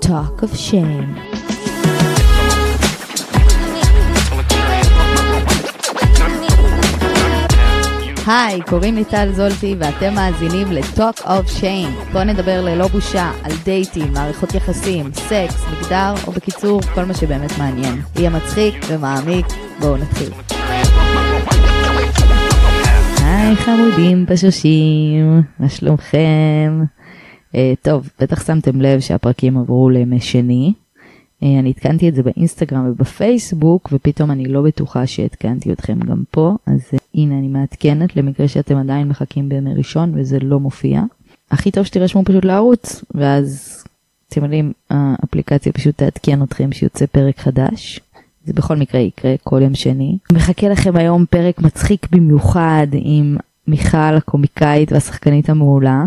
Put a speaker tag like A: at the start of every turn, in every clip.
A: Talk of Shame. היי, קוראים לי טל זולטי ואתם מאזינים ל-Talk of Shame. בואו נדבר ללא בושה על דייטים, מערכות יחסים, סקס, מגדר, או בקיצור, כל מה שבאמת מעניין. יהיה מצחיק ומעמיק, בואו נתחיל. היי חמודים בשושים, מה שלומכם? אה, טוב, בטח שמתם לב שהפרקים עברו לימי שני. אה, אני עדכנתי את זה באינסטגרם ובפייסבוק, ופתאום אני לא בטוחה שעדכנתי אתכם גם פה, אז אה, הנה אני מעדכנת למקרה שאתם עדיין מחכים בימי ראשון וזה לא מופיע. הכי טוב שתירשמו פשוט לערוץ, ואז אתם יודעים, האפליקציה פשוט תעדכן אתכם שיוצא פרק חדש. זה בכל מקרה יקרה כל יום שני. מחכה לכם היום פרק מצחיק במיוחד עם מיכל הקומיקאית והשחקנית המעולה.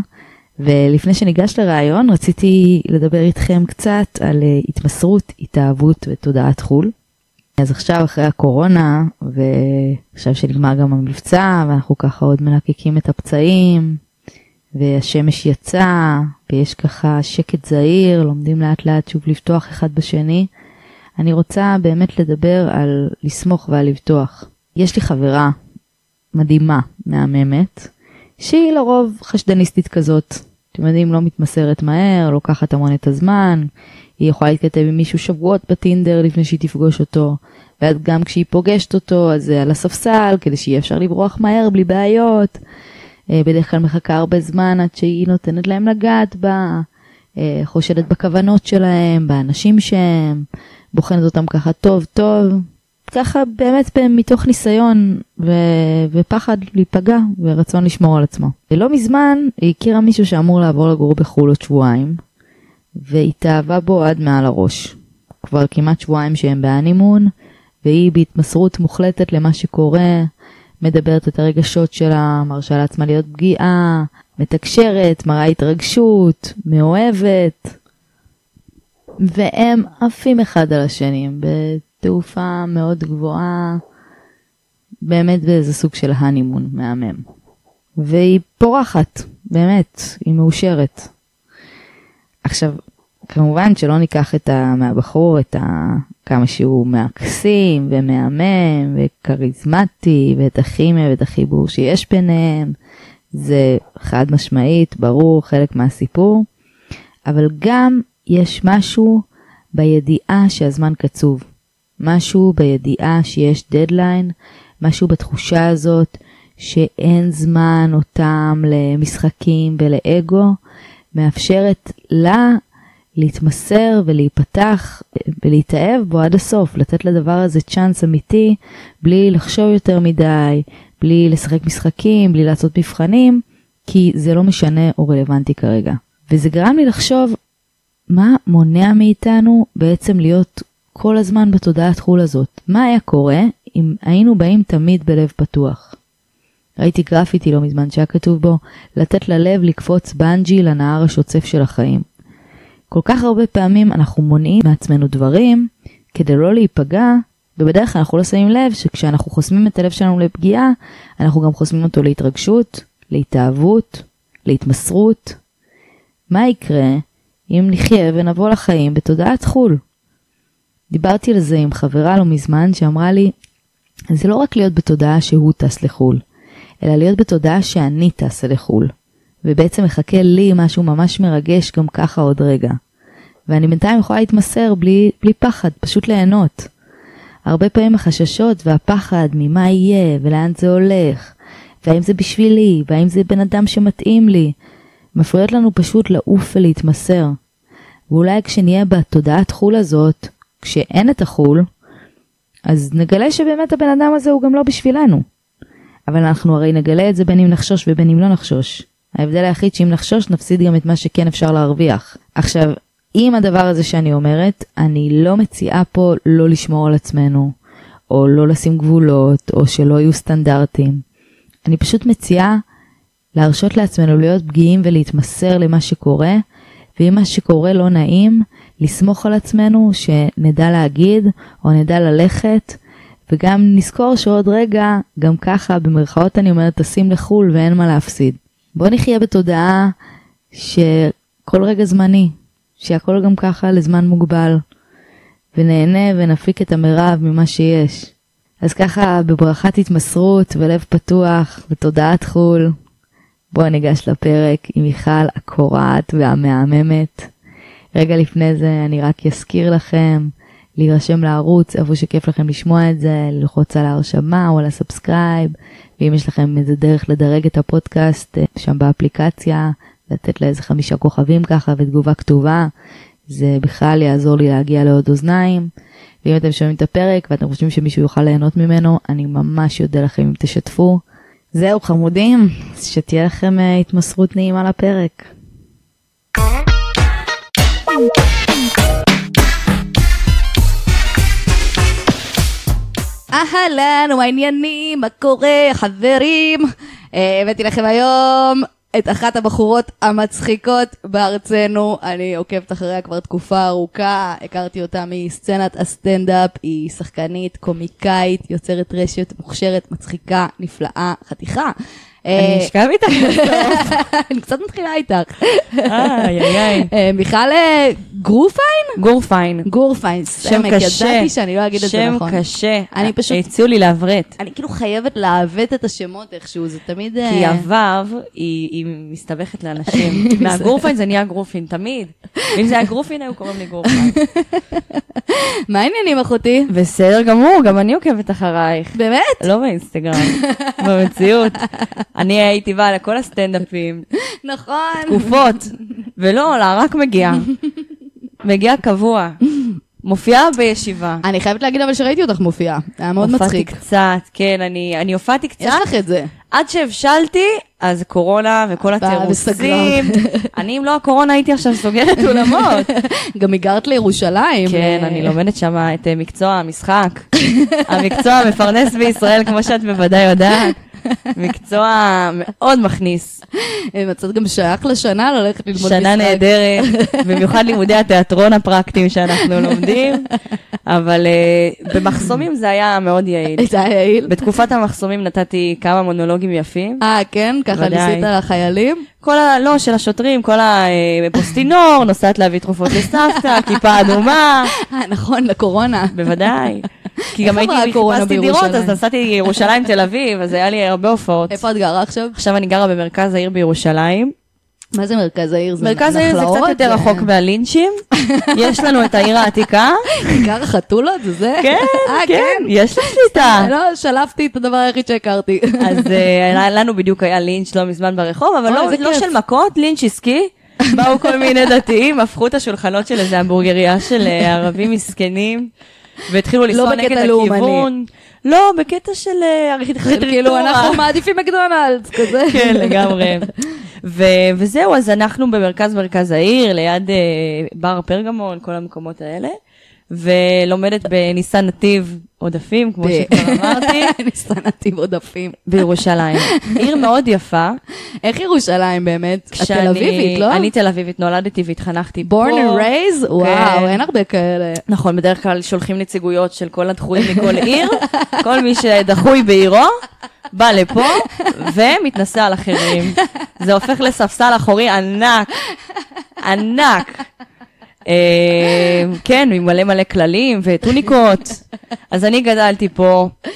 A: ולפני שניגש לראיון רציתי לדבר איתכם קצת על אה, התמסרות, התאהבות ותודעת חו"ל. אז עכשיו אחרי הקורונה ועכשיו שנגמר גם המבצע ואנחנו ככה עוד מלקקים את הפצעים והשמש יצאה ויש ככה שקט זהיר, לומדים לאט לאט שוב לבטוח אחד בשני. אני רוצה באמת לדבר על לסמוך ועל לבטוח. יש לי חברה מדהימה, מהממת, שהיא לרוב חשדניסטית כזאת. אתם יודעים, לא מתמסרת מהר, לוקחת המון את הזמן, היא יכולה להתכתב עם מישהו שבועות בטינדר לפני שהיא תפגוש אותו, ואז גם כשהיא פוגשת אותו, אז זה על הספסל, כדי שיהיה אפשר לברוח מהר בלי בעיות. אה, בדרך כלל מחכה הרבה זמן עד שהיא נותנת להם לגעת בה, אה, חושדת בכוונות שלהם, באנשים שהם, בוחנת אותם ככה טוב טוב, ככה באמת ב- מתוך ניסיון ו... ופחד להיפגע ורצון לשמור על עצמו. ולא מזמן היא הכירה מישהו שאמור לעבור לגור בחו"ל עוד שבועיים, והתאהבה בו עד מעל הראש. כבר כמעט שבועיים שהם בהנימון, והיא בהתמסרות מוחלטת למה שקורה, מדברת את הרגשות שלה, מרשה לעצמה להיות פגיעה, מתקשרת, מראה התרגשות, מאוהבת, והם עפים אחד על השני בתעופה מאוד גבוהה, באמת באיזה סוג של הנימון מהמם. והיא פורחת, באמת, היא מאושרת. עכשיו, כמובן שלא ניקח את ה... מהבחור את ה... כמה שהוא מקסים ומהמם וכריזמטי ואת הכימיה ואת החיבור שיש ביניהם, זה חד משמעית, ברור, חלק מהסיפור. אבל גם יש משהו בידיעה שהזמן קצוב. משהו בידיעה שיש דדליין, משהו בתחושה הזאת שאין זמן או טעם למשחקים ולאגו, מאפשרת לה להתמסר ולהיפתח ולהתאהב בו עד הסוף, לתת לדבר הזה צ'אנס אמיתי, בלי לחשוב יותר מדי, בלי לשחק משחקים, בלי לעשות מבחנים, כי זה לא משנה או רלוונטי כרגע. וזה גרם לי לחשוב מה מונע מאיתנו בעצם להיות כל הזמן בתודעת חו"ל הזאת? מה היה קורה אם היינו באים תמיד בלב פתוח? ראיתי גרפיטי לא מזמן שהיה כתוב בו, לתת ללב לקפוץ בנג'י לנהר השוצף של החיים. כל כך הרבה פעמים אנחנו מונעים מעצמנו דברים כדי לא להיפגע, ובדרך כלל אנחנו לא שמים לב שכשאנחנו חוסמים את הלב שלנו לפגיעה, אנחנו גם חוסמים אותו להתרגשות, להתאהבות, להתמסרות. מה יקרה אם נחיה ונבוא לחיים בתודעת חו"ל? דיברתי על זה עם חברה לא מזמן שאמרה לי, זה לא רק להיות בתודעה שהוא טס לחו"ל, אלא להיות בתודעה שאני טסה לחו"ל, ובעצם מחכה לי משהו ממש מרגש גם ככה עוד רגע. ואני בינתיים יכולה להתמסר בלי, בלי פחד, פשוט ליהנות. הרבה פעמים החששות והפחד ממה יהיה ולאן זה הולך, והאם זה בשבילי, והאם זה בן אדם שמתאים לי, מפריעות לנו פשוט לעוף ולהתמסר. ואולי כשנהיה בתודעת חו"ל הזאת, כשאין את החו"ל, אז נגלה שבאמת הבן אדם הזה הוא גם לא בשבילנו. אבל אנחנו הרי נגלה את זה בין אם נחשוש ובין אם לא נחשוש. ההבדל היחיד שאם נחשוש נפסיד גם את מה שכן אפשר להרוויח. עכשיו, עם הדבר הזה שאני אומרת, אני לא מציעה פה לא לשמור על עצמנו, או לא לשים גבולות, או שלא יהיו סטנדרטים. אני פשוט מציעה להרשות לעצמנו להיות פגיעים ולהתמסר למה שקורה, ואם מה שקורה לא נעים, לסמוך על עצמנו שנדע להגיד או נדע ללכת, וגם נזכור שעוד רגע, גם ככה, במרכאות אני אומרת, טסים לחו"ל ואין מה להפסיד. בוא נחיה בתודעה שכל רגע זמני, שהכל גם ככה לזמן מוגבל, ונהנה ונפיק את המרב ממה שיש. אז ככה, בברכת התמסרות ולב פתוח ותודעת חו"ל, בואו ניגש לפרק עם מיכל הקורעת והמהממת. רגע לפני זה אני רק אזכיר לכם להירשם לערוץ איפה שכיף לכם לשמוע את זה, ללחוץ על ההרשמה או על הסאבסקרייב, ואם יש לכם איזה דרך לדרג את הפודקאסט אה, שם באפליקציה, לתת לאיזה חמישה כוכבים ככה ותגובה כתובה, זה בכלל יעזור לי להגיע לעוד אוזניים. ואם אתם שומעים את הפרק ואתם חושבים שמישהו יוכל ליהנות ממנו, אני ממש אודה לכם אם תשתפו. זהו חמודים, אז שתהיה לכם אה, התמסרות נעימה לפרק. אהלן, מה העניינים? מה קורה, חברים? אה, הבאתי לכם היום את אחת הבחורות המצחיקות בארצנו. אני עוקבת אחריה כבר תקופה ארוכה, הכרתי אותה מסצנת הסטנדאפ, היא שחקנית, קומיקאית, יוצרת רשת, מוכשרת, מצחיקה, נפלאה, חתיכה. אה,
B: אני אשכב איתך. לא.
A: אני קצת מתחילה איתך.
B: איי, איי, איי.
A: אה, מיכל אה, גרופיין?
B: גורפיין.
A: גורפיין,
B: שם
A: סמק,
B: קשה.
A: ידעתי שאני לא אגיד את זה נכון.
B: שם קשה.
A: אני פשוט-
B: הציעו לי לעברת.
A: אני כאילו חייבת לעוות את השמות איכשהו, זה תמיד... אה,
B: כי הוו, היא היא מסתבכת לאנשים. מהגורפיין זה נהיה גרופין, תמיד. אם זה היה גרופין, היו קוראים לי גורפיין.
A: מה העניינים אחותי?
B: בסדר גמור, גם אני עוקבת אחרייך.
A: באמת?
B: לא באינסטגרם, במציאות. אני הייתי באה לכל הסטנדאפים,
A: נכון.
B: תקופות, ולא, לה רק מגיעה. מגיעה קבוע. מופיעה בישיבה.
A: אני חייבת להגיד אבל שראיתי אותך מופיעה, היה מאוד מצחיק.
B: הופעתי קצת, כן, אני אני הופעתי קצת.
A: יש לך את זה.
B: עד שהבשלתי, אז קורונה וכל
A: באה
B: התירוצים.
A: וסגרה.
B: אני, אם לא הקורונה, הייתי עכשיו סוגרת אולמות.
A: גם היגרת לירושלים.
B: כן,
A: אה,
B: אני לומדת שם את אה, מקצוע המשחק. המקצוע המפרנס בישראל, כמו שאת בוודאי יודעת. מקצוע מאוד מכניס.
A: אה, מצאת גם שייך לשנה ללכת ללמוד משחק.
B: שנה נהדרת, במיוחד לימודי התיאטרון הפרקטיים שאנחנו לומדים, אבל אה, במחסומים זה היה מאוד יעיל.
A: הייתה יעיל.
B: בתקופת המחסומים נתתי כמה מונולוגים יפים.
A: אה, כן? ככה
B: ודאי.
A: ניסית לחיילים?
B: כל ה... לא, של השוטרים, כל הפוסטינור, נוסעת להביא תרופות לסבתא, כיפה אדומה,
A: אה, נכון, לקורונה.
B: בוודאי. כי
A: איך
B: גם הייתי,
A: עברה הקורונה
B: חיפשתי דירות,
A: בירושלים?
B: אז נסעתי לירושלים, תל אביב, אז היה לי הרבה הופעות.
A: איפה את גרה עכשיו?
B: עכשיו אני גרה במרכז העיר בירושלים.
A: מה זה מרכז העיר? זה
B: מרכז העיר זה קצת
A: נחלאות?
B: יותר רחוק מהלינצ'ים. יש לנו את העיר העתיקה.
A: גר חתולות? זה זה?
B: כן,
A: אה,
B: כן, יש לי שליטה.
A: אה, לא, שלפתי את הדבר היחיד שהכרתי.
B: אז אה, לנו בדיוק היה לינץ' לא מזמן ברחוב, אבל
A: אוי,
B: לא-
A: איזה
B: לא
A: כיף.
B: של מכות, לינץ' עסקי. באו כל מיני דתיים, הפכו את השולחנות של איזה המבורגריה של אה, ערבים מסכנים, והתחילו
A: לא
B: לנסוע
A: בקטע
B: נגד
A: לאומני.
B: הכיוון. לא, בקטע של אה, ארכיטקטורה.
A: כאילו, אנחנו מעדיפים מקדונלדס, כזה.
B: כן, לגמרי. ו- וזהו, אז אנחנו במרכז מרכז העיר, ליד אה, בר פרגמון, כל המקומות האלה, ולומדת בניסן נתיב עודפים, כמו שכבר אמרתי,
A: אני שנאתי עודפים.
B: בירושלים. עיר מאוד יפה.
A: איך ירושלים באמת? את
B: כשאני-
A: תל אביבית, לא?
B: אני תל אביבית, נולדתי והתחנכתי פה. כן.
A: born and raised? וואו, אין הרבה כאלה.
B: נכון, בדרך כלל שולחים נציגויות של כל הדחויים מכל עיר, כל מי שדחוי בעירו, בא לפה ומתנשא על אחרים. זה הופך לספסל אחורי ענק, ענק. אה, כן, עם מלא מלא כללים וטוניקות. אז אני גדלתי פה. אה,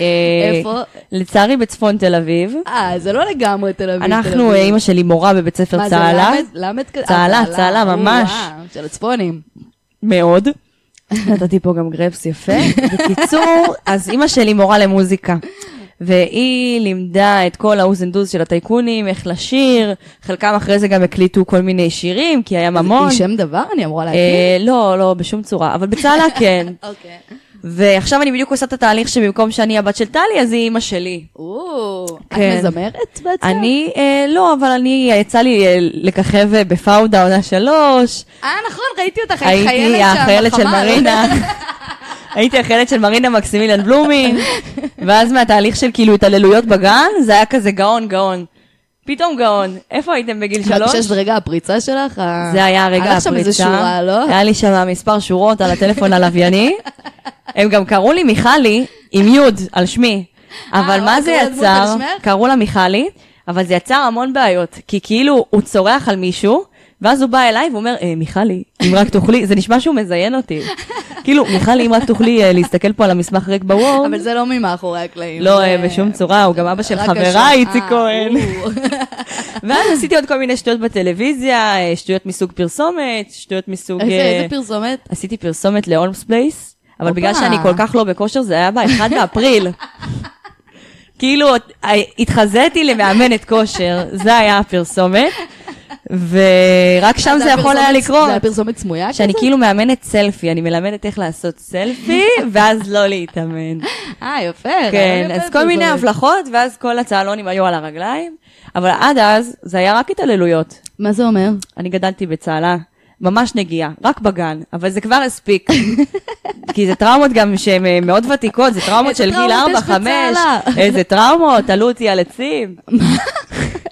A: איפה?
B: לצערי בצפון תל אביב.
A: אה, זה לא לגמרי תל אביב. תל
B: אנחנו,
A: אביב.
B: אה, אימא שלי מורה בבית ספר
A: מה, זה
B: צהלה.
A: למד- למד כזה? אה,
B: צהלה, צהלה, ממש.
A: וואו, של הצפונים.
B: מאוד. נתתי פה גם גרפס יפה. בקיצור, אז אימא שלי מורה למוזיקה. והיא לימדה את כל האוז אנד דוז של הטייקונים, איך לשיר, חלקם אחרי זה גם הקליטו כל מיני שירים, כי היה ממון.
A: היא שם דבר? אני אמורה להגיד.
B: אה, לא, לא, בשום צורה, אבל בצהלה כן.
A: אוקיי.
B: ועכשיו אני בדיוק עושה את התהליך שבמקום שאני הבת של טלי, אז היא אימא שלי.
A: או, את
B: כן.
A: מזמרת בעצם?
B: אני, אה, לא, אבל אני, יצא לי אה, לככב אה, בפאודה עונה שלוש,
A: אה, נכון, ראיתי אותך, היית חיילת
B: הייתי
A: שם.
B: החיילת של
A: בחמ"ל.
B: מרינה. הייתי החיילת של מרינה מקסימילן בלומי, ואז מהתהליך של כאילו התעללויות בגן, זה היה כזה גאון, גאון. פתאום גאון. איפה הייתם בגיל
A: את מרגישה
B: שלוש?
A: שזה רגע הפריצה שלך? ה-
B: זה היה רגע הפריצה. כן.
A: היה שם איזה שורה, לא?
B: היה לי שם מספר שורות על הטלפון הלווייני. הם גם קראו לי מיכלי עם יוד על שמי. אבל
A: אה,
B: מה
A: אוי,
B: זה
A: קראו לדמות על
B: יצר?
A: שמך?
B: קראו לה מיכלי, אבל זה יצר המון בעיות. כי כאילו הוא צורח על מישהו, ואז הוא בא אליי ואומר, אה, מיכלי, אם רק תוכלי, זה נשמע שהוא מזיין אותי. כאילו, מיכלי, אם רק תווכלי אה, להסתכל פה על המסמך ריק בוורד.
C: אבל זה לא ממאחורי הקלעים.
B: לא,
C: זה-
B: אה, בשום צורה, הוא גם אבא של
C: רק
B: חברה,
C: השם.
B: איציק
C: אה,
B: כהן.
C: או.
B: ואז עשיתי עוד כל מיני שטויות בטלוויזיה, אה, שטויות מסוג פרסומת, שטויות מסוג...
C: איזה-
B: אה,
C: איזה פרסומת?
B: עשיתי פרסומת להולמס פלייס, אבל
C: הופה.
B: בגלל שאני כל כך לא בכושר, זה היה ב-1 באפריל. כאילו, אה, התחזיתי למאמנת כושר, זה היה הפרסומת, ורק שם זה יכול היה
C: הפרסומת-
B: לקרות.
C: זה הפרסומת סמויה
B: שאני
C: כזאת?
B: כאילו מאמנת סלפי, אני מלמדת איך לעשות סלפי, ואז לא להתאמן.
C: אה, יפה. רעיון
B: כן,
C: יפה,
B: אז כל
C: פרסומת.
B: מיני הבלחות, ואז כל הצהלונים היו על הרגליים, אבל עד אז זה היה רק התעללויות.
C: מה זה אומר?
B: אני גדלתי בצהלה, ממש נגיעה, רק בגן, אבל זה כבר הספיק. כי זה טראומות גם שהן אה, מאוד ותיקות, זה טראומות
C: איזה
B: של גיל
C: טראומות יש
B: 4-5.
C: בצהלה?
B: איזה טראומות, תלו אותי על עצים.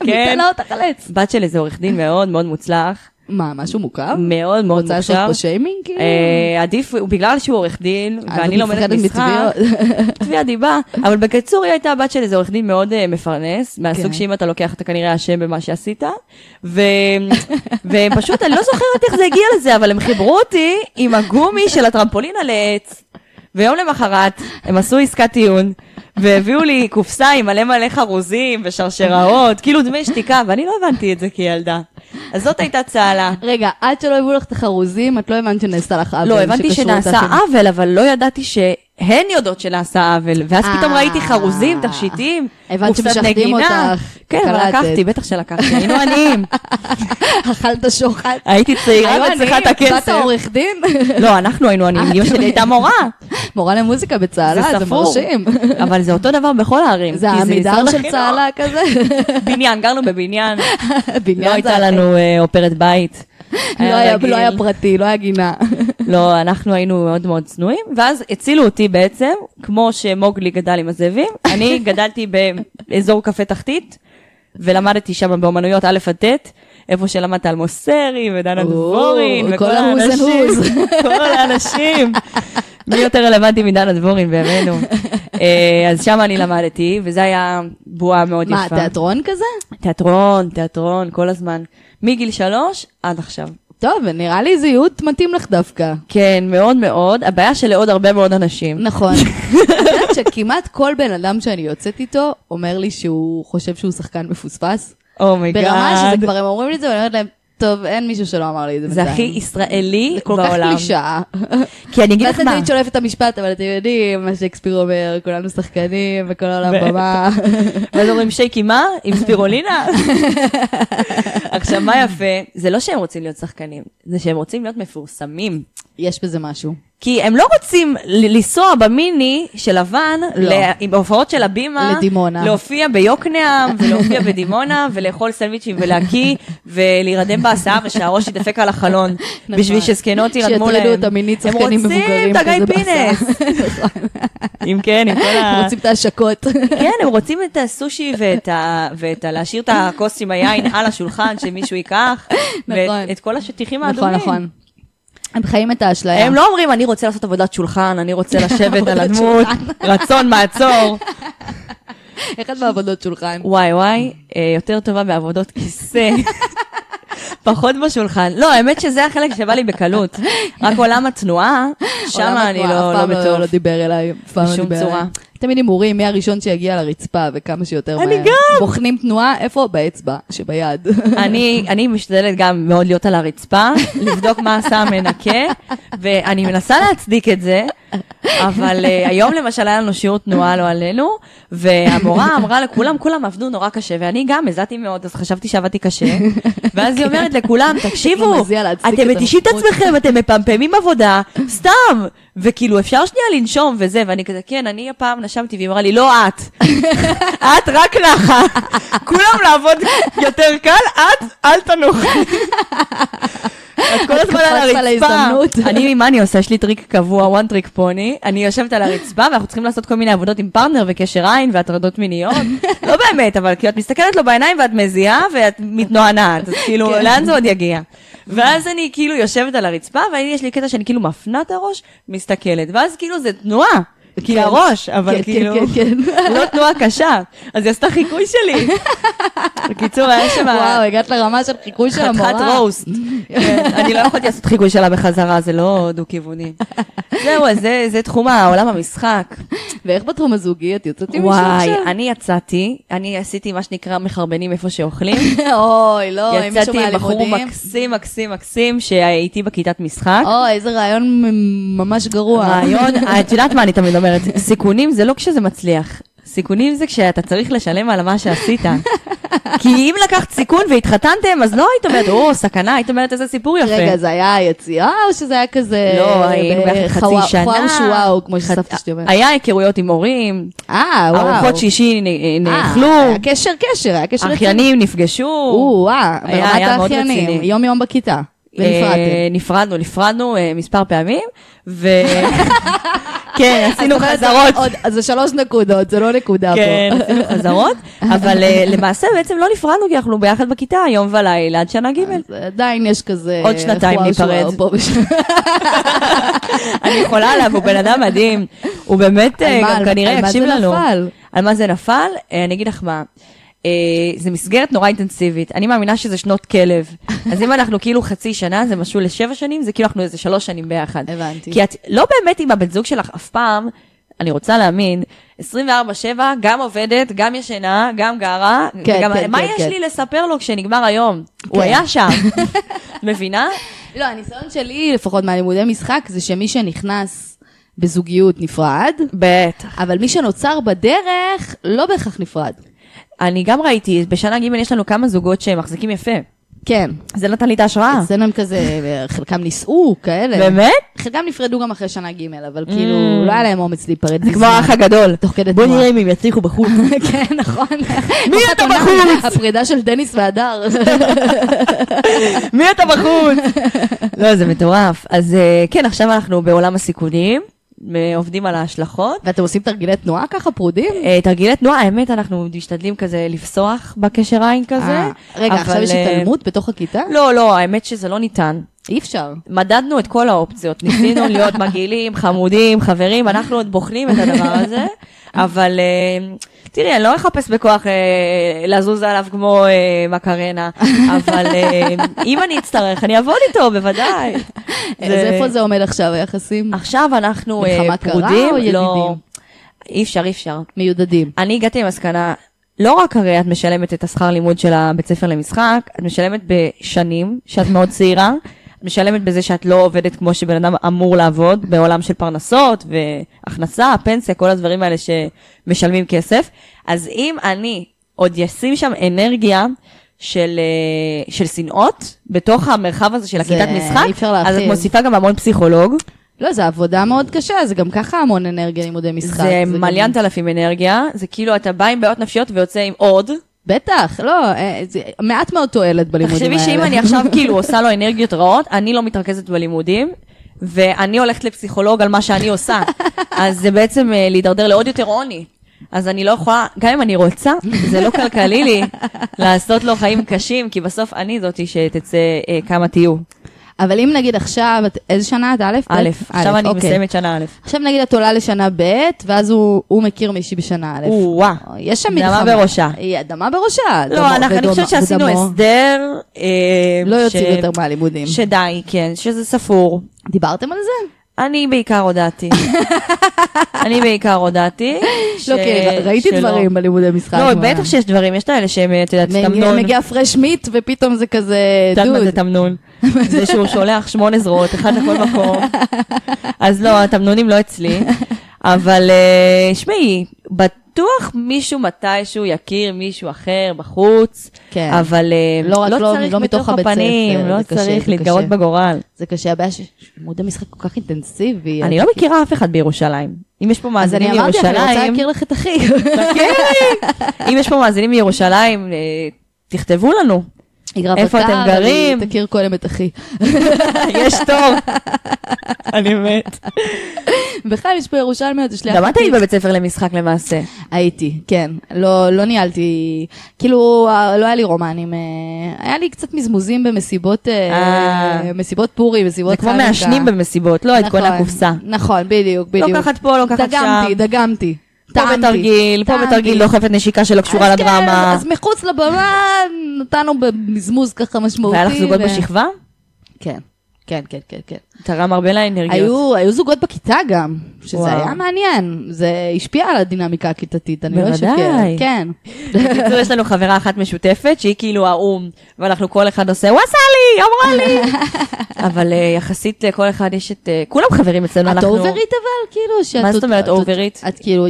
B: כן.
C: תלה אותך על עץ.
B: בת של איזה עורך דין מאוד מאוד מוצלח,
C: מה, משהו מוכר?
B: מאוד מאוד
C: רוצה לעשות
B: מוכשר.
C: פה שיימינג? כאילו?
B: אה, עדיף, בגלל שהוא עורך דין,
C: אז
B: ואני
C: את
B: לומדת
C: מפחדת
B: משחק,
C: מתביעות.
B: תביעת דיבה, אבל בקיצור היא הייתה הבת של איזה עורך דין מאוד אה, מפרנס,
C: כן.
B: מהסוג שאם אתה לוקח אתה כנראה אשם במה שעשית, ו- והם פשוט, אני לא זוכרת איך זה הגיע לזה, אבל הם חיברו אותי עם הגומי של הטרמפולין על העץ, ויום למחרת הם עשו עסקת טיעון. והביאו לי קופסה עם מלא מלא חרוזים ושרשראות, כאילו דמי שתיקה, ואני לא הבנתי את זה כילדה. אז זאת הייתה צהלה.
C: רגע, עד שלא הביאו לך את החרוזים, את לא הבנת שנעשתה לך עוול.
B: לא, הבנתי
C: שקשור
B: שנעשה
C: אותך עם-
B: עוול, אבל לא ידעתי שהן יודעות שנעשה עוול. ואז פתאום
C: אה.
B: ראיתי חרוזים, תכשיטים,
C: הבנת
B: קופסת
C: שמשחדים
B: נגינה.
C: אותך,
B: כן, אבל
C: קלטת.
B: לקחתי, בטח שלקחתי, היינו עניים. אה,
C: אכלת שוחד.
B: הייתי צעירה
C: היו
B: והייתי צריכה את
C: עניים? באת
B: הכסף.
C: עורך דין?
B: לא, אנחנו היינו עניים,
C: אה,
B: אמא
C: אתם-
B: שלי הייתה מורה.
C: מורה למוזיקה
B: זה
C: בצהלה, זה
B: ספור.
C: מרשים.
B: אבל זה אותו דבר בכל הערים.
C: זה
B: כי
C: העמידר
B: משרד
C: של
B: החינוך.
C: צהלה כזה?
B: בניין, גרנו בבניין.
C: בניין
B: לא הייתה
C: צהלה.
B: לנו אה, עופרת בית.
C: לא היה-
B: רגיל.
C: לא היה פרטי, לא היה גינה.
B: לא, אנחנו היינו מאוד מאוד צנועים, ואז הצילו אותי בעצם, כמו שמוגלי גדל עם הזאבים, אני גדלתי באזור קפה תחתית, ולמדתי שם באומנויות א' עד ט', איפה שלמדת על מוסרי, ודנה
C: או,
B: דבורין,
C: כל
B: וכל
C: ה-who's and
B: האנשים,
C: who's.
B: כל האנשים. מי יותר רלוונטי מדנה דבורין בימינו. אה, אז שם אני למדתי, וזה היה בועה מאוד
C: מה,
B: יפה.
C: תיאטרון כזה?
B: תיאטרון, תיאטרון, כל הזמן. מגיל שלוש עד עכשיו.
C: טוב, נראה לי זה ייעוד מתאים לך דווקא.
B: כן, מאוד מאוד. הבעיה שלעוד הרבה מאוד אנשים.
C: נכון. את יודעת שכמעט כל בן אדם שאני יוצאת איתו, אומר לי שהוא חושב שהוא שחקן מפוספס.
B: Oh אומייגאד.
C: ברמה שזה כבר, הם אומרים לי את זה, ואני אומרת להם, טוב, אין מישהו שלא אמר לי את זה
B: זה
C: בינתיים."
B: הכי ישראלי
C: זה כל כך
B: בעולם.
C: קלישאה.
B: כי אני אגיד לך
C: ואז אני
B: מה,
C: תמיד שולפת את המשפט, אבל אתם יודעים, מה שייקספיר אומר, כולנו שחקנים, וכל העולם
B: בטח.
C: במה.
B: ואז אומרים שייקי מה? עם ספירולינה? עכשיו, מה יפה? זה לא שהם רוצים להיות שחקנים, זה שהם רוצים להיות מפורסמים.
C: יש בזה משהו.
B: כי הם לא רוצים ל- לנסוע במיני של לבן,
C: לא.
B: ל- עם הופעות של הבימה,
C: לדימונה.
B: להופיע ביוקנעם, ולהופיע בדימונה, ולאכול סנדוויצ'ים ולהקיא, ולהירדם בהסעה, ושהראש ידפק על החלון,
C: נכון.
B: בשביל שזקנות ירדמו להם.
C: שיטרידו אותם מינית, שחקנים מבוגרים
B: הם רוצים את
C: כזה
B: הגיא פינס. אם כן, עם כל
C: הם
B: ה...
C: רוצים את ההשקות. נכון,
B: כן, הם רוצים את הסושי ואת ה... ואת ה... להשאיר את הכוס עם היין על השולחן שמישהו ייקח.
C: נכון.
B: ואת את כל השטיחים
C: נכון,
B: האדומים.
C: נכון. הם חיים את האשליה.
B: הם לא אומרים, אני רוצה לעשות עבודת שולחן, אני רוצה לשבת על
C: עבודת
B: הדמות,
C: שולחן.
B: רצון מעצור. לא-
C: איך את בעבודות שולחן?
B: וואי וואי, אה, יותר טובה בעבודות כיסא. פחות בשולחן. לא, האמת שזה החלק שבא לי בקלות. רק עולם התנועה, שם
C: עולם
B: אני
C: התנועה
B: לא
C: אף
B: לא
C: פעם לא לא
B: בטוב.
C: דיבר אליי, אף פעם לא
B: בשום
C: דיבר
B: צורה.
C: אליי. תמיד הימורים, מי הראשון שיגיע לרצפה וכמה שיותר מהר.
B: אני גם!
C: בוחנים תנועה, איפה? באצבע, שביד.
B: אני, אני משתדלת גם מאוד להיות על הרצפה, לבדוק מה עשה המנקה, ואני מנסה להצדיק את זה, אבל uh, היום למשל היה לנו שיעור תנועה, לא עלינו, והמורה אמרה לכולם, כולם עבדו נורא קשה, ואני גם הזעתי מאוד, אז חשבתי שעבדתי קשה, ואז היא אומרת לכולם,
C: היא
B: תקשיבו,
C: מזיעה להצדיק את
B: אתם מתישים את
C: הנוכחות."
B: עצמכם, אתם מפמפמים עבודה, סתם, וכאילו אפשר שנייה לנשום וזה, ואני כזה, כן, אני הפעם נשמתי, והיא אמרה לי, לא את. את רק נחה, כולם לעבוד יותר קל, את אל תנוחי. את כל הזמן
C: קפצת
B: על
C: להזדמנות.
B: הרצפה. אני, מה אני עושה? יש לי טריק קבוע, one trick pony. אני יושבת על הרצפה ואנחנו צריכים לעשות כל מיני עבודות עם פרטנר וקשר עין והטרדות מיניות. לא באמת, אבל כי את מסתכלת לו בעיניים ואת מזיעה ואת מתנוענעת. אז כאילו,
C: כן.
B: לאן זה עוד יגיע? ואז אני כאילו יושבת על הרצפה, ויש לי קטע שאני כאילו מפנה את הראש, מסתכלת, ואז כאילו זה תנועה. כי הראש, אבל
C: כן,
B: כאילו,
C: כן, כן, כן.
B: לא תנועה קשה. אז היא עשתה חיקוי שלי. בקיצור, היה שם...
C: וואו, הגעת לרמה של חיקוי של המורה.
B: חתיכת רוסט. כן, אני לא יכולתי לעשות חיקוי שלה בחזרה, זה לא דו-כיווני. זהו, אז זה- זה תחום העולם המשחק.
C: ואיך בתחום הזוגי את יוצאת עם מישהו
B: וואי,
C: עכשיו?
B: אני יצאתי, אני עשיתי מה שנקרא מחרבנים איפה שאוכלים.
C: אוי, לא, אם מישהו
B: יצאתי עם בחור
C: מהלימודים.
B: מקסים, מקסים, מקסים, שהייתי בכיתת משחק.
C: אוי, איזה רעיון מ- ממש גרוע.
B: רעיון, את יודעת מה אני תמיד אומרת, סיכונים זה לא כשזה מצליח. סיכונים זה כשאתה צריך לשלם על מה שעשית. כי אם לקחת סיכון והתחתנתם, אז לא היית אומרת, או, סכנה, היית אומרת איזה סיפור יפה.
C: רגע, זה היה יציאה או שזה היה כזה... אה,
B: לא, היינו ביחד חצי שנה.
C: חוואו שוואו, כמו שסבתא
B: חצ-
C: שלי אומרת.
B: היה היכרויות עם הורים,
C: אה, וואו.
B: ארוחות שישי נ-
C: אה,
B: נאכלו,
C: היה קשר, קשר, היה קשר.
B: אחיינים נפגשו.
C: או, וואו,
B: היה- היה
C: ברמת
B: מאוד
C: האחיינים,
B: רציני.
C: יום יום בכיתה. ונפרדתם.
B: אה, נפרדנו, נפרדנו אה, מספר פעמים, ו... כן, עשינו
C: את אומרת,
B: חזרות.
C: עוד- אז זה שלוש נקודות, זה לא נקודה פה.
B: כן, עשינו חזרות, אבל אה, למעשה בעצם לא נפרדנו, כי אנחנו ביחד בכיתה, יום ולילה עד שנה ג'.
C: אז עדיין יש כזה...
B: עוד שנתיים
C: וואו,
B: ניפרד.
C: וואו, פה ושם.
B: אני יכולה עליו, הוא בן אדם מדהים. הוא באמת
C: על
B: אה,
C: מה-
B: גם
C: על-
B: כנראה
C: על מה
B: יקשיב
C: זה
B: לנו.
C: נפל?
B: על מה זה נפל? אה, אני אגיד לך מה. אה, זה מסגרת נורא אינטנסיבית. אני מאמינה שזה שנות כלב. אז אם אנחנו כאילו חצי שנה, זה משול לשבע שנים, זה כאילו אנחנו איזה שלוש שנים ביחד.
C: הבנתי.
B: כי את לא באמת עם הבן זוג שלך אף פעם, אני רוצה להאמין, 24-7, גם עובדת, גם ישנה, גם גרה.
C: כן,
B: גם-
C: כן,
B: מה
C: כן,
B: יש
C: כן.
B: לי לספר לו כשנגמר היום? הוא היה שם. מבינה?
C: לא, הניסיון שלי, לפחות מהלימודי משחק, זה שמי שנכנס בזוגיות נפרד,
B: בטח.
C: אבל מי שנוצר בדרך, לא בהכרח נפרד.
B: אני גם ראיתי, בשנה ג' יש לנו כמה זוגות שמחזיקים יפה.
C: כן.
B: זה נתן לי את ההשראה.
C: אצלנו הם כזה, חלקם נישאו, כאלה.
B: אה. באמת? Mm.
C: חלקם נפרדו גם אחרי שנה ג', אבל כאילו, לא היה להם אומץ להיפרד.
B: זה כמו האח הגדול.
C: תוך כדי
B: בוא
C: תנועה.
B: נראה אם הם יצליחו בחוץ.
C: כן, נכון.
B: מי אתה
C: החתונה,
B: בחוץ?
C: הפרידה של דניס והדר.
B: מי אתה בחוץ? לא, זה מטורף. אז אה, כן, עכשיו אנחנו בעולם הסיכונים, אה, עובדים על ההשלכות.
C: ואתם עושים תרגילי תנועה ככה, פרודים?
B: אה, תרגילי תנועה, האמת, אנחנו משתדלים כזה לפסוח בקשר עין כזה.
C: אה, רגע,
B: אבל,
C: עכשיו יש
B: אה,
C: התעלמות בתוך הכיתה?
B: לא, לא, האמת שזה לא ניתן.
C: אי אפשר.
B: מדדנו את כל האופציות, ניסינו להיות מגעילים, חמודים, חברים, אנחנו עוד בוחנים את הדבר הזה, אבל אה, תראי, אני לא אחפש בכוח אה, לזוז עליו כמו אה, מקרנה, אבל אה, אם אני אצטרך, אני אעבוד איתו, בוודאי.
C: אז איפה זה עומד עכשיו, היחסים?
B: עכשיו אנחנו אה,
C: מלחמה קרה
B: פרודים.
C: או ידידים?
B: לא, אי אפשר, אי אפשר.
C: מיודדים.
B: אני הגעתי למסקנה, לא רק הרי את משלמת את השכר לימוד של הבית ספר למשחק, את משלמת בשנים, שאת מאוד צעירה, את משלמת בזה שאת לא עובדת כמו שבן אדם אמור לעבוד, בעולם של פרנסות והכנסה, פנסיה, כל הדברים האלה שמשלמים כסף. אז אם אני עוד אשים שם אנרגיה... של, אה, של שנאות בתוך המרחב הזה של
C: זה
B: הכיתת משחק,
C: אי אפשר
B: אז את
C: להכיל.
B: מוסיפה גם המון פסיכולוג.
C: לא, זו עבודה מאוד קשה, זה גם ככה המון אנרגיה לימודי משחק.
B: זה
C: גם-
B: מליינת אלפים אנרגיה, זה כאילו אתה בא עם בעיות נפשיות ויוצא עם עוד.
C: בטח, לא, אה, זה מעט מאוד תועלת בלימודים האלה.
B: תחשבי שאם אני עכשיו כאילו עושה לו אנרגיות רעות, אני לא מתרכזת בלימודים, ואני הולכת לפסיכולוג על מה שאני עושה. אז זה בעצם אה, להידרדר לעוד יותר עוני. אז אני לא יכולה, גם אם אני רוצה, זה לא כלכלי לי לעשות לו חיים קשים, כי בסוף אני זאתי שתצא אה, כמה תהיו.
C: אבל אם נגיד עכשיו, את- איזה שנה את? א'? ב'?
B: א', עכשיו אני
C: אוקיי.
B: מסיימת שנה א'.
C: עכשיו נגיד את עולה לשנה ב', ואז הוא הוא מכיר מישהי בשנה א'.
B: או-אה.
C: אה, יש שם
B: דמה
C: מלחמה. אה,
B: בראשה.
C: היא אדמה בראשה. דמו-
B: לא, אנחנו- אני
C: ודומו-
B: חושבת שעשינו
C: ודמו.
B: הסדר. אה,
C: לא
B: ש-
C: יוצאים יותר מהלימודים.
B: שדי, כן, שזה ספור.
C: דיברתם על זה?
B: אני בעיקר הודעתי. אני בעיקר הודעתי. ש-
C: לא, כי ר- ראיתי
B: שלא.
C: דברים בלימודי משחק.
B: לא,
C: מה-
B: בטח שיש דברים, יש את האלה שהם, את יודעת,
C: מגיע-
B: תמנון.
C: מגיע פרש מיט, ופתאום זה כזה,
B: את יודעת מה זה
C: דוד.
B: תמנון? זה שהוא שולח שמונה זרועות, אחד לכל מקום. אז לא, התמנונים לא אצלי. אבל אה, שמעי, בטוח מישהו מתישהו יכיר מישהו אחר בחוץ,
C: כן.
B: אבל אה,
C: לא רק לא-
B: צריך
C: לא מתוך
B: בתוך
C: הבית
B: הפנים,
C: ספר,
B: לא
C: זה קשה,
B: צריך
C: זה
B: להתגרות
C: קשה.
B: בגורל.
C: זה קשה, הבעיה שלימודי משחק כל כך אינטנסיבי.
B: אני
C: אז-
B: לא מכירה אף אחד בירושלים. אם יש פה
C: כן. אז
B: מאזינים
C: אני אמרתי לך,
B: מירושלים...
C: אני רוצה להכיר לך את אחי.
B: תכירי. כן. אם יש פה מאזינים מירושלים, אה, תכתבו לנו. איפה אתם גרים?
C: תכיר קודם את אחי.
B: יש תור. אני מת.
C: בכלל יש פה ירושלמיות, יש לי
B: גם את היית בבית ספר למשחק למעשה.
C: הייתי, כן. לא, לא ניהלתי, כאילו, אה, לא היה לי רומנים. אה, היה לי קצת מזמוזים במסיבות, אה,
B: אה.
C: מסיבות פורי, מסיבות
B: זה
C: חנוכה.
B: כמו מעשנים במסיבות, לא את כל
C: נכון,
B: הקופסה.
C: נכון, בדיוק,
B: לא
C: בדיוק.
B: ככה פה, לא ככה שם.
C: דגמתי, דגמתי.
B: פה
C: טעמתי,
B: בתרגיל, פה
C: טעמתי.
B: בתרגיל דוחפת נשיקה שלא קשורה
C: אז כן,
B: לדרמה.
C: אז מחוץ לבמה נתנו במזמוז ככה משמעותי.
B: והיה לך זוגות
C: ו-
B: בשכבה?
C: כן, כן, כן, כן, כן.
B: תרם הרבה לאנרגיות.
C: היו, היו זוגות בכיתה גם, שזה
B: וואו.
C: היה מעניין, זה השפיע על הדינמיקה הכיתתית, אני לא אשקר.
B: בוודאי.
C: כן.
B: בקיצור, יש לנו חברה אחת משותפת שהיא כאילו האו"ם, ואנחנו כל אחד עושה, הוא עשה לי, אמרה לי. אבל אה, יחסית לכל אחד יש את... אה, כולם חברים אצלנו,
C: את
B: אנחנו...
C: אוברית אבל, כאילו, שאת...
B: מה זאת אומרת
C: את-
B: אוברית?
C: את כאילו...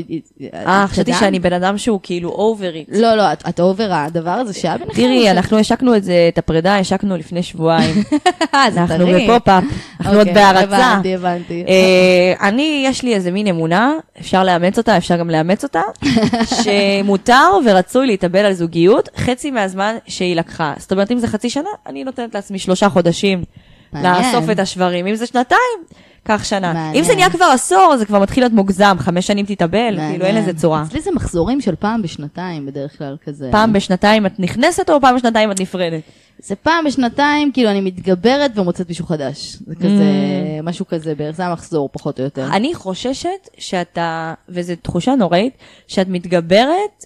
B: אה,
C: את
B: חשבתי
C: אדם?
B: שאני בן אדם שהוא כאילו אוברית.
C: לא, לא, את- את אובר הדבר הזה שהיה ביניכם?
B: תראי,
C: או ש-
B: אנחנו השקנו את זה, את הפרידה, השקנו לפני שבועיים.
C: אה, זה
B: אנחנו
C: טרי.
B: בפופ-אפ, אנחנו עוד
C: אוקיי,
B: בהרצה.
C: הבנתי, הבנתי.
B: אה, אני, יש לי איזה מין אמונה, אפשר לאמץ אותה, אפשר גם לאמץ אותה, שמותר ורצוי להתאבל על זוגיות חצי מהזמן שהיא לקחה. זאת אומרת, אם זה חצי שנה, אני נותנת לעצמי שלושה חודשים
C: מעניין.
B: לאסוף את השברים. אם זה שנתיים, קח שנה.
C: מעניין.
B: אם זה נהיה כבר עשור, זה כבר מתחיל להיות מוגזם, חמש שנים תתאבל, כאילו אין
C: מעניין.
B: לזה צורה.
C: אצלי זה מחזורים של פעם בשנתיים בדרך כלל כזה.
B: פעם בשנתיים את נכנסת או פעם בשנתיים את נפרדת?
C: זה פעם בשנתיים, כאילו אני מתגברת ומוצאת מישהו חדש. זה כזה,
B: Mm.
C: משהו כזה בערך, זה המחזור פחות או יותר.
B: אני חוששת שאתה, וזו תחושה נוראית, שאת מתגברת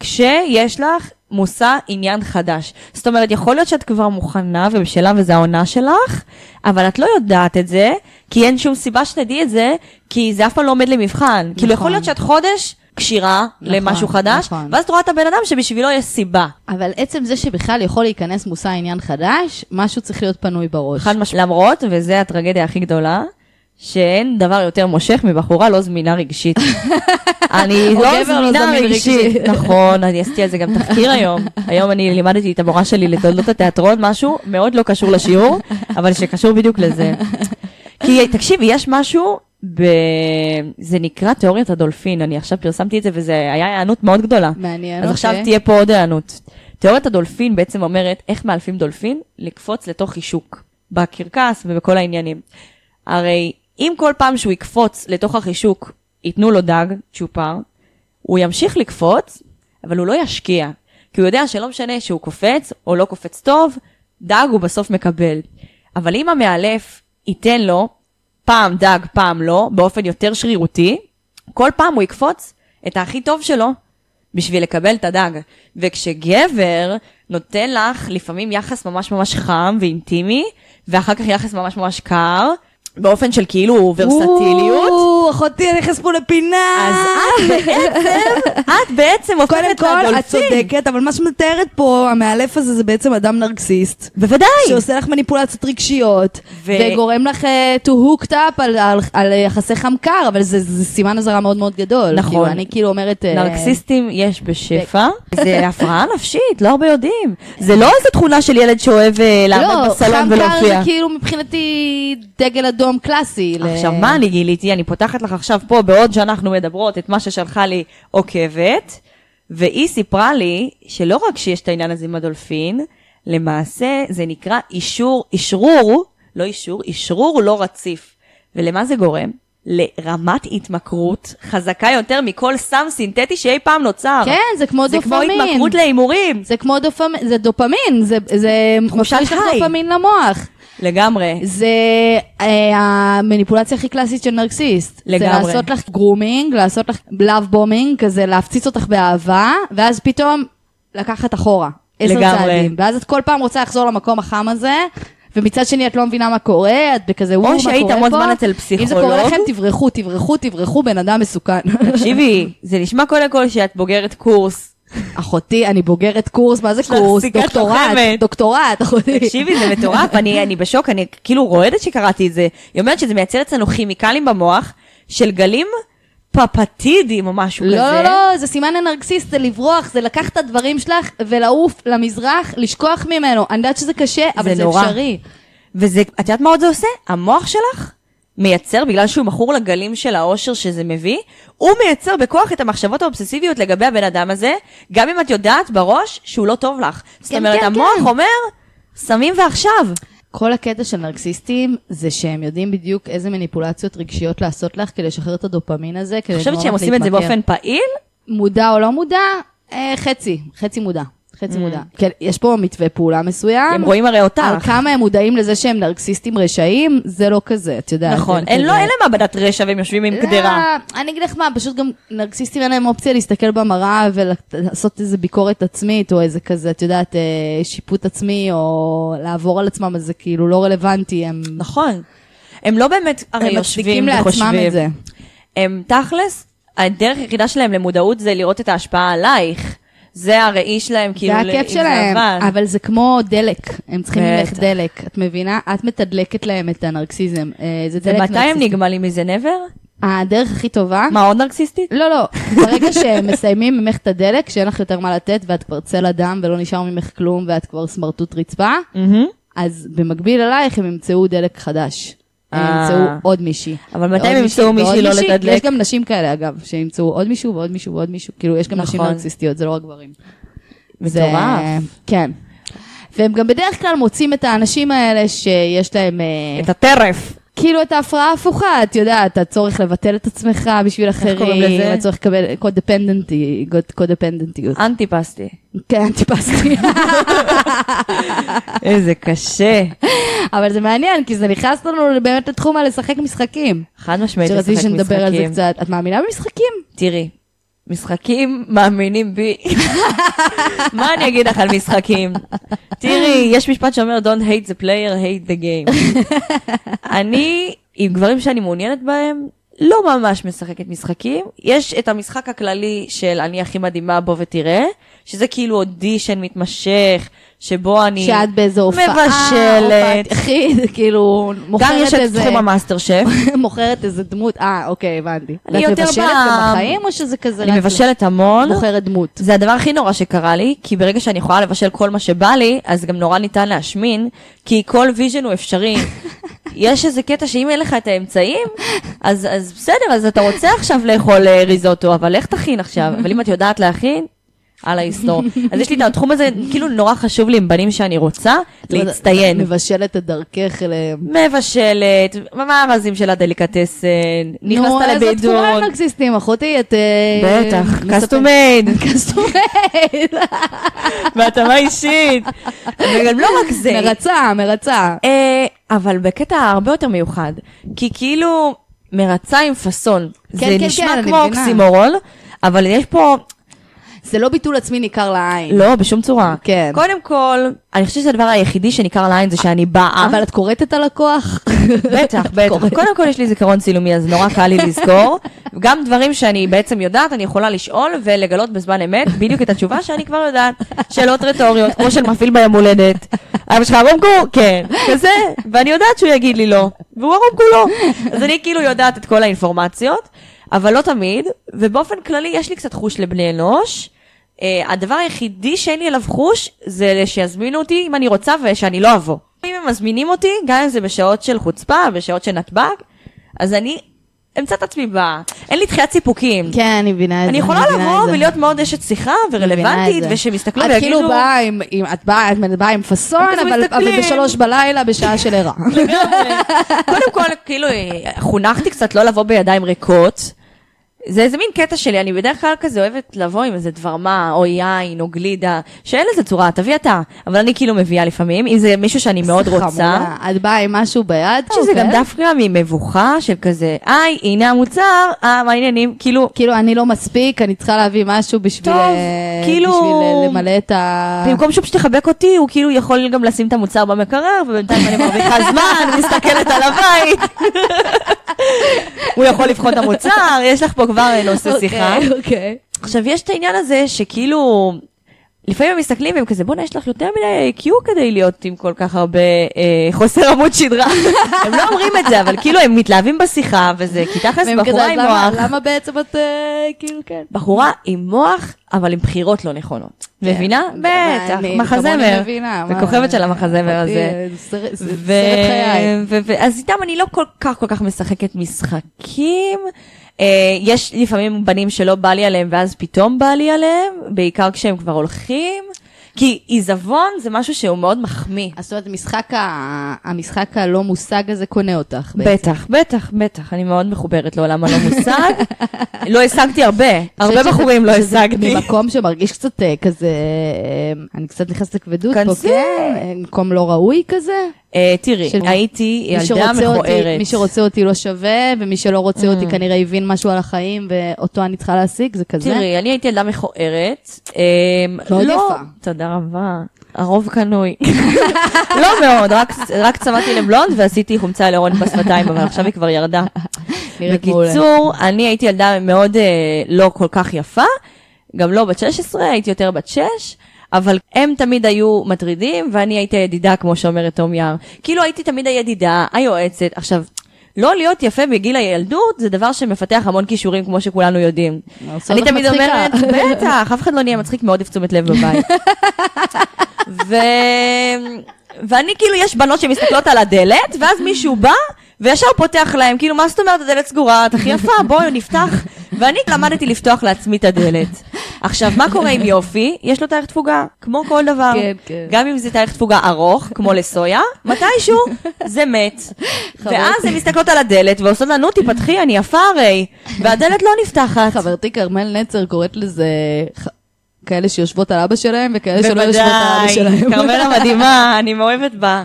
B: כשיש לך מושא עניין חדש. זאת אומרת, יכול להיות שאת כבר מוכנה ובשלה וזו העונה שלך, אבל את לא יודעת את זה, כי אין שום סיבה שתדעי את זה, כי זה אף פעם לא עומד למבחן. נכון. כאילו, יכול להיות שאת חודש כשירה נכון, למשהו חדש,
C: נכון.
B: נכון. ואז את רואה את הבן אדם שבשבילו יש סיבה.
C: אבל עצם זה שבכלל יכול להיכנס מושא עניין חדש, משהו צריך להיות פנוי בראש.
B: חד משמעית. למרות, וזו הטרגדיה הכי גדולה, שאין דבר יותר מושך מבחורה לא זמינה רגשית. אני
C: או
B: לא
C: גבר לא
B: זמינה
C: זמין
B: רגשית.
C: רגשית.
B: נכון, אני עשיתי על זה גם תחקיר היום. היום אני לימדתי את המורה שלי לתולדות התיאטרון, משהו מאוד לא קשור לשיעור, אבל שקשור בדיוק לזה. כי תקשיבי, יש משהו, ב... זה נקרא תיאוריית הדולפין, אני עכשיו פרסמתי את זה וזה היה היענות מאוד גדולה.
C: מעניין,
B: אז עכשיו
C: אוקיי.
B: תהיה פה עוד הענות. תיאוריית הדולפין בעצם אומרת איך מאלפים דולפין לקפוץ לתוך חישוק, בקרקס ובכל העניינים. הרי אם כל פעם שהוא יקפוץ לתוך החישוק ייתנו לו דג, צ'ופר, הוא ימשיך לקפוץ, אבל הוא לא ישקיע. כי הוא יודע שלא משנה שהוא קופץ או לא קופץ טוב, דג הוא בסוף מקבל. אבל אם המאלף ייתן לו פעם דג, פעם לא, באופן יותר שרירותי, כל פעם הוא יקפוץ את הכי טוב שלו בשביל לקבל את הדג. וכשגבר נותן לך לפעמים יחס ממש ממש חם ואינטימי, ואחר כך יחס ממש ממש קר, באופן של כאילו ורסטיליות,
C: או, אחותי, אני נכנס פה לפינה.
B: אז את בעצם, את בעצם הופכת
C: קודם
B: לדולפין.
C: כל, את צודקת, אבל מה שמתארת פה, המאלף הזה, זה בעצם אדם נרקסיסט.
B: בוודאי.
C: שעושה לך מניפולציות רגשיות,
B: ו-
C: וגורם לך אה, to hooked up על, על, על אה, יחסי חם-קר, אבל זה, זה סימן אזהרה מאוד מאוד גדול.
B: נכון.
C: כאילו, אני כאילו אומרת... אה,
B: נרקסיסטים יש בשפע, זה הפרעה נפשית, לא הרבה יודעים. זה לא איזו תכונה של ילד שאוהב אה, לעמוד
C: לא,
B: בסלון
C: חם-קר זה
B: ולהופיע.
C: כאילו מבחינתי דגל אדום קלאסי. ל-
B: עכשיו, מה אני גיליתי? אני פותחת לך עכשיו פה, בעוד שאנחנו מדברות, את מה ששלחה לי עוקבת, והיא סיפרה לי שלא רק שיש את העניין הזה עם הדולפין, למעשה זה נקרא אישור, אישרור, לא אישור, אישרור לא רציף. ולמה זה גורם? לרמת התמכרות חזקה יותר מכל סם סינתטי שאי פעם נוצר.
C: כן, זה כמו
B: זה כמו
C: דופמין.
B: התמכרות להימורים.
C: זה כמו דופמין, זה דופמין, זה, זה
B: תחושת
C: מפריש לך
B: היי.
C: דופמין למוח.
B: לגמרי.
C: זה אה, המניפולציה הכי קלאסית של נרקסיסט.
B: לגמרי.
C: זה לעשות לך גרומינג, לעשות לך love bombing, כזה להפציץ אותך באהבה, ואז פתאום לקחת אחורה. עשר
B: לגמרי.
C: צעדים. ואז את כל פעם רוצה לחזור למקום החם הזה. ומצד שני את לא מבינה מה קורה, את בכזה, וואו, מה קורה פה?
B: שהיית המון זמן אצל
C: אם זה קורה
B: פסיכולוג.
C: לכם, תברחו, תברחו, תברחו, בן אדם מסוכן.
B: תקשיבי, זה נשמע קודם כל שאת בוגרת קורס
C: אחותי, אני בוגרת קורס, מה זה
B: לך
C: קורס?
B: סיכת
C: דוקטורט,
B: לוחמת.
C: דוקטורט, אחותי.
B: תקשיבי, זה מטורף, אני, אני בשוק, אני כאילו רועדת שקראתי את זה. היא אומרת שזה מייצר אצלנו כימיקלים במוח של גלים פפטידים או משהו
C: לא,
B: כזה.
C: לא, לא, זה סימן לנרקסיסט, זה לברוח, זה לקחת את הדברים שלך ולעוף למזרח, לשכוח ממנו. אני יודעת שזה קשה, אבל
B: זה
C: זה
B: נורא.
C: אפשרי.
B: וזה, את יודעת מה עוד זה עושה? המוח שלך מייצר, בגלל שהוא מכור לגלים של האושר שזה מביא, הוא מייצר בכוח את המחשבות האובססיביות לגבי הבן אדם הזה, גם אם את יודעת בראש שהוא לא טוב לך. זאת
C: כן,
B: אומרת,
C: כן,
B: המוח
C: כן.
B: אומר, סמים ועכשיו.
C: כל הקטע של נרקסיסטים זה שהם יודעים בדיוק איזה מניפולציות רגשיות לעשות לך כדי לשחרר את הדופמין הזה, כדי
B: אני חושבת
C: לגרום
B: שהם
C: לך
B: עושים את זה
C: להתמכר.
B: באופן פעיל?
C: מודע או לא מודע, אה, חצי, חצי מודע. חצי מודע. כן, יש פה מתווה פעולה מסוים.
B: הם רואים הרי
C: על
B: אותך.
C: כמה הם מודעים לזה שהם נרקסיסטים רשעים, זה לא כזה, את יודעת.
B: נכון.
C: הם
B: אין
C: כזה-
B: לא- אין להם מעבדת רשע והם יושבים עם קדרה.
C: לא, אני אגיד לך מה, פשוט גם נרקסיסטים אין להם אופציה להסתכל במראה ולעשות איזה ביקורת עצמית, או איזה כזה, את יודעת, אה, שיפוט עצמי, או לעבור על עצמם, אז זה כאילו לא רלוונטי, הם...
B: נכון. הם לא באמת הרי
C: הם
B: יושבים
C: מצדיקים לעצמם
B: וחושבים.
C: את זה.
B: הם תכלס, הדרך היחידה שלהם למודעות זה לראות את ההשפעה עלייך. זה הראי שלהם, כאילו,
C: זה
B: ל-
C: הכיף
B: אם
C: שלהם, אה,
B: לבן.
C: אבל זה כמו דלק, הם צריכים
B: בטח.
C: ממך דלק, את מבינה? את מתדלקת להם את הנרקסיזם. אה, זה דלק
B: ומתי הם
C: נרקסיסטי.
B: נגמלים מזה נבר?
C: הדרך הכי טובה...
B: מה, עוד נרקסיסטית?
C: לא, לא, ברגע שמסיימים ממך את הדלק, שאין לך יותר מה לתת ואת כבר צל אדם ולא נשאר ממך כלום ואת כבר סמרטוט רצפה, אז במקביל אלייך הם ימצאו דלק חדש. הם
B: אה.
C: ימצאו עוד מישהי.
B: אבל מתי
C: ועוד
B: הם ימצאו
C: ועוד
B: מישהי לא לתדלק?
C: יש גם נשים כאלה, אגב, שימצאו עוד מישהו ועוד מישהו ועוד מישהו. כאילו, יש גם נשים
B: נכון.
C: נרקסיסטיות, זה לא רק גברים. זה-
B: מטורף.
C: כן. והם גם בדרך כלל מוצאים את האנשים האלה שיש להם... אה,
B: את הטרף.
C: כאילו את ההפרעה ההפוכה, את יודעת, הצורך לבטל את עצמך בשביל
B: קוראים
C: אחרים,
B: לזה? אה.
C: הצורך לקבל קודפנדנטי- קוד- קודפנדנטיות.
B: אנטיפסטי.
C: כן, טיפסתי.
B: איזה קשה.
C: אבל זה מעניין, כי זה נכנס לנו באמת לתחום הלשחק משחקים.
B: חד משמעית לשחק
C: שרציתי
B: משחקים.
C: שנדבר על זה קצת. את מאמינה במשחקים?
B: תראי, משחקים מאמינים בי. מה אני אגיד לך על משחקים? תראי, יש משפט שאומר Don't hate the player, hate the game. אני, עם דברים שאני מעוניינת בהם, לא ממש משחקת משחקים. יש את המשחק הכללי של אני הכי מדהימה בו ותראה, שזה כאילו אודישן מתמשך, שבו אני...
C: שאת באיזו הופעה,
B: מבשלת.
C: הופעת יחיד, כאילו,
B: גם
C: מוכרת
B: יש את
C: איזה...
B: תחום המאסטר שף.
C: מוכרת איזה דמות, אה, אוקיי, הבנתי.
B: אני
C: ואת
B: יותר
C: מבשלת
B: ב-
C: גם בחיים, או שזה כזה
B: אני
C: רק-
B: מבשלת המון.
C: מוכרת דמות.
B: זה הדבר הכי נורא שקרה לי, כי ברגע שאני יכולה לבשל כל מה שבא לי, אז גם נורא ניתן להשמין, כי כל ויז'ן הוא אפשרי. יש איזה קטע שאם אין לך את האמצעים, אז, אז בסדר, אז אתה רוצה עכשיו לאכול אה, ריזוטו, אבל איך תכין עכשיו? אבל אם את יודעת להכין, על ההיסטור. אז יש לי את התחום הזה, כאילו נורא חשוב לי עם בנים שאני רוצה, להצטיין.
C: מבשלת את דרכך אליהם.
B: מבשלת, מארזים של הדליקטסן, נכנסת
C: נו, איזה
B: לבידוד.
C: תחומים נרקסיסטים, אחותי, את... אה,
B: בטח,
C: מספרת-
B: custom made.
C: קסטומייד.
B: בהתאמה אישית. וגם לא רק זה.
C: מרצה, מרצה.
B: אה, אבל בקטע הרבה יותר מיוחד, כי כאילו מרצה עם פאסון. זה
C: כן, כן,
B: נשמע
C: אני
B: כמו
C: מבינה.
B: אוקסימורון, אבל יש פה,
C: זה לא ביטול עצמי ניכר לעין.
B: לא, בשום צורה.
C: כן.
B: קודם כל, אני חושבת שהדבר היחידי שניכר לעין זה שאני באה.
C: אבל את קוראת את הלקוח?
B: בטח, בטח. קודם כל יש לי זיכרון צילומי, אז נורא קל לי לזכור. גם דברים שאני בעצם יודעת, אני יכולה לשאול ולגלות בזמן אמת בדיוק את התשובה שאני כבר יודעת. שאלות רטוריות, כמו של מפעיל ביום הולדת. אבא שלך ארום גור? כן. כזה, ואני יודעת שהוא יגיד לי לא, והוא ארום כולו. אז אני כאילו יודעת את כל האינפורמציות, אבל לא תמיד, ובאופן כללי יש לי קצת חוש לבני אנוש. אה, הדבר היחידי שאין לי עליו חוש, זה שיזמינו אותי אם אני רוצה ושאני לא אבוא. אם הם מזמינים אותי, גם אם זה בשעות של חוצפה, בשעות של נתב"ג, אז אני אמצא את עצמי באה. אין לי תחיית סיפוקים.
C: כן, אני מבינה את זה.
B: אני יכולה
C: מבינה את
B: לבוא
C: זה.
B: ולהיות מאוד אשת שיחה
C: מבינה את
B: ורלוונטית,
C: זה.
B: ושמסתכלו
C: את
B: ויגידו...
C: כאילו באה עם, עם- את באה את באה עם פאסון,
B: הם כזה
C: אבל- אבל
B: מסתכלים.
C: בשלוש בלילה בשעה של ערה.
B: קודם כל, כאילו, אה, חונכתי קצת לא לבוא בידיים ריקות. זה איזה מין קטע שלי, אני בדרך כלל כזה אוהבת לבוא עם איזה דבר-מה, או יין, או גלידה, שאין לזה צורה, תביא אתה. אבל אני כאילו מביאה לפעמים, אם זה מישהו שאני מאוד רוצה.
C: חמודה. את באה עם משהו ביד?
B: שזה
C: אוקיי.
B: גם דווקא ממבוכה של כזה, היי, הנה המוצר, אה, מה העניינים? כאילו,
C: כאילו, אני לא מספיק, אני צריכה להביא משהו בשביל...
B: טוב,
C: אה,
B: כאילו-
C: בשביל אה, למלא את ה...
B: במקום שהוא פשוט יחבק אותי, הוא כאילו יכול גם לשים את המוצר במקרר, ובינתיים אני מרוויחה זמן, מסתכלת על הבית. הוא יכול לבחון את המוצר, יש לך פה כבר אה, נושא שיחה.
C: אוקיי, אוקיי.
B: עכשיו, יש את העניין הזה שכאילו, לפעמים הם מסתכלים והם כזה, בואנה, יש לך יותר מדי Q כדי להיות עם כל כך הרבה אה, חוסר עמוד שדרה. הם לא אומרים את זה, אבל כאילו הם מתלהבים בשיחה, וזה, כי תכלס
C: והם כזה,
B: בחורה עם
C: "אז למה-
B: מוח.
C: למה בעצם את אה, כאילו כן?
B: בחורה עם מוח, אבל עם בחירות לא נכונות. מבינה? בטח,
C: אה, אני- כן. כמוני
B: מחזמר.
C: מבינה, מה- אה,
B: וכוכבת של המחזמר
C: אותי, אה,
B: הזה.
C: זה סרט זה
B: ו-
C: סרט חיי.
B: ו- ו- אז איתם אני לא כל כך כל כך משחקת משחקים. אה, יש לפעמים בנים שלא בא לי עליהם ואז פתאום בא לי עליהם, בעיקר כשהם כבר הולכים. כי עיזבון זה משהו שהוא מאוד מחמיא.
C: אז זאת אומרת, המשחק ה- המשחק הלא מושג הזה קונה אותך. בעצם.
B: בטח, בטח, בטח, אני מאוד מחוברת לעולם הלא מושג. לא השגתי הרבה,
C: אני
B: הרבה
C: חושבת
B: בחורים לא
C: שזה
B: השגתי.
C: ממקום שמרגיש קצת אה, כזה, אה, אני קצת נכנסת לכבדות פה,
B: כנסי.
C: כן? אה, מקום לא ראוי כזה.
B: אה, תראי,
C: של-
B: הייתי
C: מי
B: ילדה
C: שרוצה אותי-
B: מכוערת.
C: מי שרוצה אותי לא שווה, ומי שלא רוצה
B: Mm.
C: אותי כנראה הבין משהו על החיים, ואותו אני צריכה להשיג, זה כזה.
B: תראי, אני הייתי ילדה מכוערת. אמ,
C: מאוד
B: לא-
C: יפה.
B: תודה רבה. הרוב קנוי. לא מאוד, רק- רק צבעתי לבלונד ועשיתי חומצה לאורן בשפתיים, אבל עכשיו היא כבר ירדה.
C: נראית מעולה.
B: בקיצור, אני הייתי ילדה מאוד אה, לא כל כך יפה, גם לא בת 16, הייתי יותר בת 6. אבל הם תמיד היו מטרידים, ואני הייתי הידידה, כמו שאומרת תום יער. כאילו הייתי תמיד הידידה, היועצת. עכשיו, לא להיות יפה בגיל הילדות, זה דבר שמפתח המון כישורים, כמו שכולנו יודעים.
C: עושה
B: אני
C: אותך
B: תמיד
C: מצחיקה.
B: אומרת, בטח, אף אחד לא נהיה מצחיק, מאוד אוהב תשומת לב בבית. ו... ואני כאילו, יש בנות שמסתכלות על הדלת, ואז מישהו בא, וישר פותח להם, כאילו, מה זאת אומרת, הדלת סגורה, את הכי יפה, בואי נפתח. ואני למדתי לפתוח לעצמי את הדלת. עכשיו, מה קורה עם יופי? יש לו תאריך תפוגה, כמו כל דבר.
C: כן, כן.
B: גם אם זה תאריך תפוגה ארוך, כמו לסויה, מתישהו זה מת. ואז הן מסתכלות על הדלת ועושות לה, נו, תפתחי, אני יפה הרי. והדלת לא נפתחת.
C: חברתי כרמל נצר קוראת לזה ח- כאלה שיושבות על אבא שלהם, וכאלה שלא יושבות על אבא
B: בוודאי,
C: שלהם.
B: כרמל המדהימה, אני מאוהבת בה.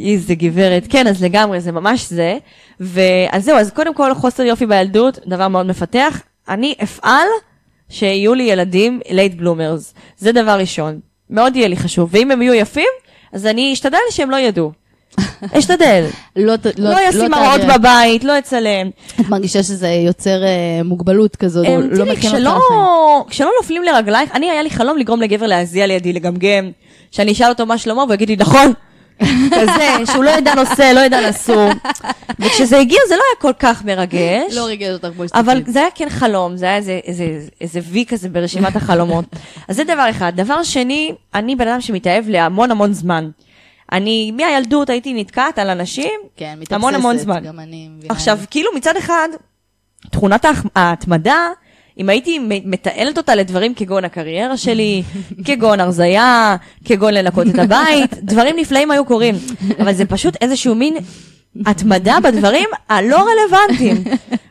B: איזה גברת. כן, אז לגמרי, זה ממש זה. ואז זהו, אז קודם כל, חוסר יופי בילדות, דבר מאוד מפתח. אני אפעל שיהיו לי ילדים לייט בלומרס. זה דבר ראשון. מאוד יהיה לי חשוב. ואם הם יהיו יפים, אז אני אשתדל שהם לא ידעו. אשתדל.
C: לא ת-
B: לא ישים מראות
C: תעבירי.
B: בבית, לא אצלם.
C: את מרגישה שזה יוצר אה, מוגבלות כזאת,
B: אה,
C: הוא לא
B: תראי,
C: מכין
B: כשלא-
C: אותך לחיים.
B: כשלא נופלים לרגלייך, אני היה לי חלום לגרום לגבר להזיע לידי לגמגם, שאני אשאל אותו מה שלמה והוא יגיד לי נכון. כזה, שהוא לא ידע נושא, לא ידע נשוא. וכשזה הגיע זה לא היה כל כך מרגש.
C: לא ריגש אותך כמו שצריך.
B: אבל זה היה כן חלום, זה היה איזה, איזה, איזה וי כזה ברשימת החלומות. אז זה דבר אחד. דבר שני, אני בן אדם שמתאהב להמון המון זמן. אני, מהילדות הייתי נתקעת על אנשים,
C: כן, מתאבססת.
B: המון המון זמן.
C: גם אני מבינה.
B: עכשיו, כאילו מצד אחד, תכונת ההח- ההתמדה, אם הייתי מ- מתעלת אותה לדברים כגון הקריירה שלי, כגון הרזייה, כגון לנקות את הבית, דברים נפלאים היו קורים. אבל זה פשוט איזשהו מין התמדה בדברים הלא רלוונטיים.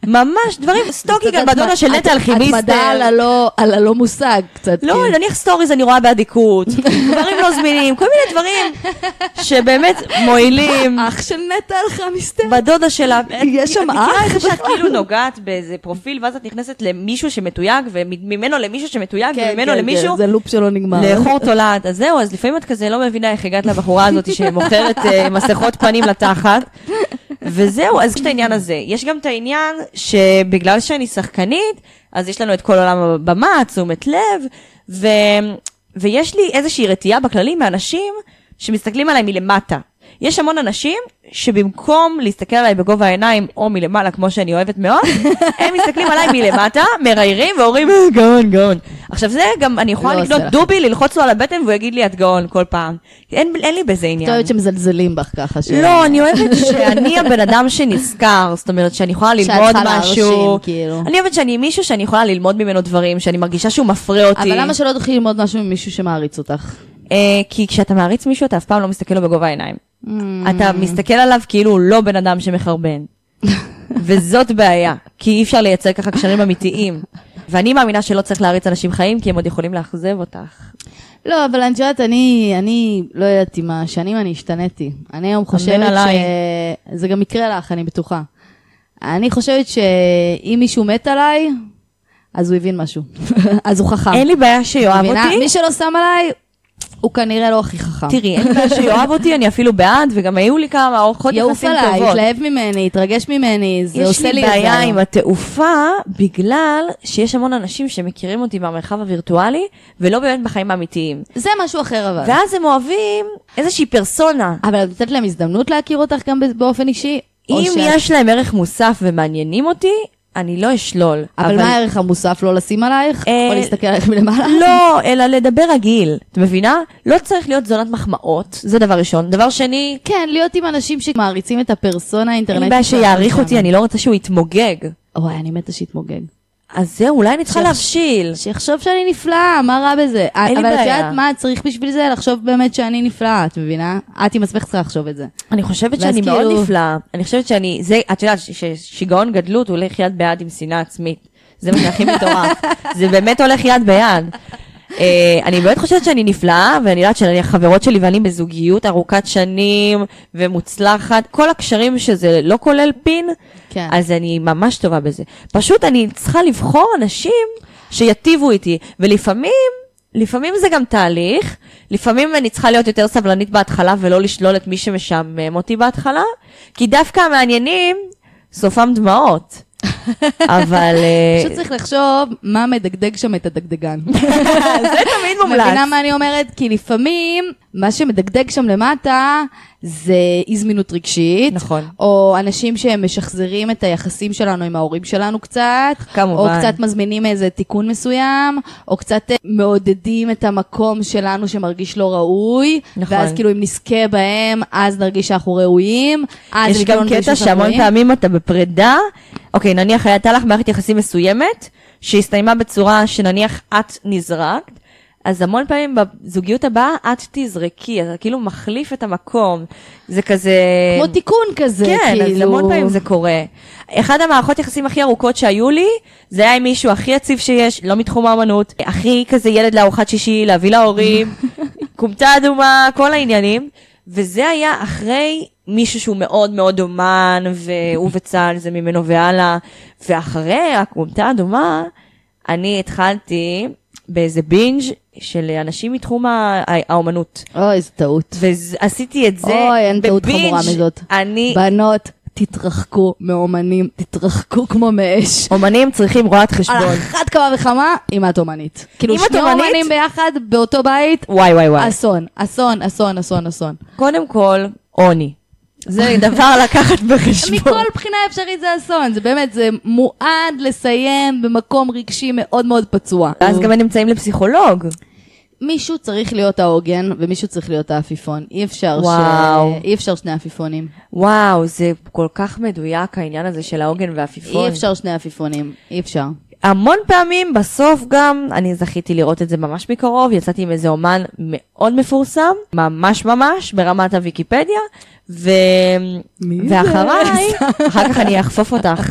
B: ממש דברים, סטוקי גם בדודה של נטע אלכימיסטר.
C: התמדה על הלא- על הלא מושג קצת.
B: לא,
C: כאילו.
B: נניח סטוריז אני רואה באדיקות, דברים לא זמינים, כל מיני דברים שבאמת מועילים.
C: אח של נטע הלכה מסתר.
B: בדודה שלה.
C: יש שם
B: את מכירה
C: אח? כן,
B: את זה שאת כאילו נוגעת באיזה פרופיל, ואז את נכנסת למישהו שמתויג, וממנו למישהו שמתויג, וממנו למישהו,
C: כן, זה לופ שלא נגמר.
B: לאחור תולעת. אז זהו, אז לפעמים את כזה לא מבינה איך הגעת לבחורה הזאת שמוכרת אה, מסכות פנים לתחת. וזהו, אז יש את העניין הזה. יש גם את העניין שבגלל שאני שחקנית, אז יש לנו את כל עולם הבמה, תשומת לב, ו... ויש לי איזושהי רתיעה בכללי מאנשים שמסתכלים עליי מלמטה. יש המון אנשים שבמקום להסתכל עליי בגובה העיניים או מלמעלה, כמו שאני אוהבת מאוד, הם מסתכלים עליי מלמטה, מראיירים ואומרים, "אה, גאון, גאון. עכשיו זה גם, אני יכולה
C: לא עושה
B: לקנות
C: לך.
B: דובי, ללחוץ לו על הבטן והוא יגיד לי, את גאון כל פעם. אין, אין לי בזה
C: את
B: עניין.
C: אוהבת שמזלזלים בך ככה. ש-
B: לא, אני אוהבת שאני הבן אדם שנזכר, זאת אומרת שאני יכולה
C: שאת
B: ללמוד
C: צריכה להרשים,
B: משהו.
C: כאילו.
B: אני אוהבת שאני מישהו שאני יכולה ללמוד ממנו דברים, שאני מרגישה שהוא מפרה אותי.
C: אבל למה שלא תתחילי ללמוד משהו ממישהו שמעריץ אותך?
B: אה, כי כשאתה מעריץ מישהו, אתה אף פעם לא מסתכל לו בגובה העיניים.
C: Mm.
B: אתה מסתכל עליו כאילו הוא לא בן אדם שמחרבן. וזאת בעיה, כי אי אפשר לייצר ככה קשרים אמיתיים. ואני מאמינה שלא צריך להריץ אנשים חיים, כי הם עוד יכולים לאכזב אותך.
C: לא, אבל את יודעת, אני, אני לא יודעת עם השנים אני השתניתי. אני היום חושבת ש...
B: עליי.
C: זה גם יקרה לך, אני בטוחה. אני חושבת שאם מישהו מת עליי, אז הוא הבין משהו. אז הוא חכם.
B: אין לי בעיה שיאהב
C: אה, מבינה?
B: אותי.
C: מי שלא שם עליי, הוא כנראה לא הכי חכם.
B: תראי, אין לי בעיה שיאהב אותי, אני אפילו בעד, וגם היו לי כמה אורחות
C: יעוף
B: יחסים
C: עליי,
B: טובות.
C: יתלהב ממני, יתרגש ממני, זה עושה לי את
B: יש
C: זה.
B: לי בעיה עם
C: היום.
B: התעופה, בגלל שיש המון אנשים שמכירים אותי מהמרחב הווירטואלי, ולא באמת בחיים האמיתיים.
C: זה משהו אחר אבל.
B: ואז הם אוהבים איזושהי פרסונה.
C: אבל את נותנת להם הזדמנות להכיר אותך גם באופן אישי? או
B: אם
C: שאת-
B: יש להם ערך מוסף ומעניינים אותי, אני לא אשלול.
C: אבל מה הערך המוסף? לא לשים עלייך?
B: אה,
C: או להסתכל עלייך מלמעלה?
B: לא, אלא לדבר רגיל, את מבינה? לא צריך להיות זונת מחמאות, זה דבר ראשון. דבר שני,
C: כן, להיות עם אנשים שמעריצים את הפרסונה האינטרנטית.
B: אין בעיה שיעריך
C: שלנו.
B: אותי, אני לא רוצה שהוא יתמוגג.
C: וואי, אני מתה שיתמוגג.
B: אז זהו, אולי אני צריכה
C: ש-
B: להבשיל.
C: שיחשוב שאני נפלאה, מה רע בזה?
B: אין לי
C: אבל את
B: בעיה.
C: יודעת מה צריך בשביל זה? לחשוב באמת שאני נפלאה, את מבינה? את עם עצמך צריכה לחשוב את זה.
B: אני חושבת
C: ואז
B: שאני מאוד
C: כאילו-
B: נפלאה. אני חושבת שאני, זה, את יודעת, ש- ששיגעון גדלות הולך יד ביד עם שנאה עצמית. זה מה שהכי מטורף. זה באמת הולך יד ביד. אה, אני באמת חושבת שאני נפלאה, ואני יודעת שהחברות שלי ואני בזוגיות ארוכת שנים ומוצלחת, כל הקשרים שזה לא כולל פין,
C: כן.
B: אז אני ממש טובה בזה. פשוט אני צריכה לבחור אנשים שיטיבו איתי, ולפעמים, לפעמים זה גם תהליך, לפעמים אני צריכה להיות יותר סבלנית בהתחלה ולא לשלול את מי שמשעמם אותי בהתחלה, כי דווקא המעניינים, סופם דמעות. אבל... אה,
C: פשוט צריך לחשוב מה מדגדג שם את הדגדגן.
B: זה תמיד מומלץ.
C: מבינה מה אני אומרת? כי לפעמים מה שמדגדג שם למטה זה אי זמינות רגשית.
B: נכון.
C: או אנשים שהם משחזרים את היחסים שלנו עם ההורים שלנו קצת.
B: כמובן.
C: או קצת מזמינים איזה תיקון מסוים, או קצת אה, מעודדים את המקום שלנו שמרגיש לא ראוי.
B: נכון.
C: ואז כאילו אם נזכה בהם, אז נרגיש שאנחנו ראויים. אז
B: יש
C: הם
B: גם
C: כאילו
B: קטע
C: נרגישו שאנחנו
B: שהמון
C: ראויים.
B: פעמים אתה בפרידה, אוקיי, נניח הייתה לך מערכת יחסים מסוימת, שהסתיימה בצורה שנניח את נזרקת, אז המון פעמים בזוגיות הבאה את תזרקי, אתה כאילו מחליף את המקום. זה כזה...
C: כמו תיקון כזה,
B: כן,
C: כאילו.
B: אז המון פעמים זה קורה. אחד המערכות יחסים הכי ארוכות שהיו לי, זה היה עם מישהו הכי יציב שיש, לא מתחום האמנות, הכי כזה ילד לארוחת שישי, להביא להורים, כומתה אדומה, כל העניינים. וזה היה אחרי מישהו שהוא מאוד מאוד אומן, והוא וצה"ל זה ממנו והלאה. ואחרי הכומתה האדומה, אני התחלתי באיזה בינג' של אנשים מתחום הא- האומנות.
C: אוי, איזה טעות.
B: ועשיתי את זה
C: אוי, אין טעות חמורה
B: בבינג'.
C: מזאת.
B: אני
C: בנות, תתרחקו מאומנים, תתרחקו כמו מאש.
B: אומנים צריכים רואת
C: על
B: חשבון.
C: אחת כמה וכמה, אם את אומנית. כאילו
B: אם את
C: שני
B: אומנית-
C: אומנים ביחד, באותו בית,
B: וואי וואי וואי. אז
C: אסון, אסון, אסון, אסון, אסון.
B: קודם כל, עוני. זה דבר לקחת בחשבון.
C: מכל בחינה אפשרית זה אסון, זה באמת, זה מועד לסיים במקום רגשי מאוד מאוד פצוע.
B: ואז גם הם נמצאים לפסיכולוג.
C: מישהו צריך להיות העוגן, ומישהו צריך להיות העפיפון. אי אפשר ש...
B: וואו.
C: אי אפשר שני עפיפונים.
B: וואו, זה כל כך מדויק העניין הזה של העוגן והעפיפון.
C: אי אפשר שני עפיפונים, אי אפשר.
B: המון פעמים, בסוף גם, אני זכיתי לראות את זה ממש מקרוב, יצאתי עם איזה אומן מאוד מפורסם, ממש ממש, ברמת הוויקיפדיה, ו...
C: מי זה?
B: ואחריי, אחר כך אני אחפוף אותך,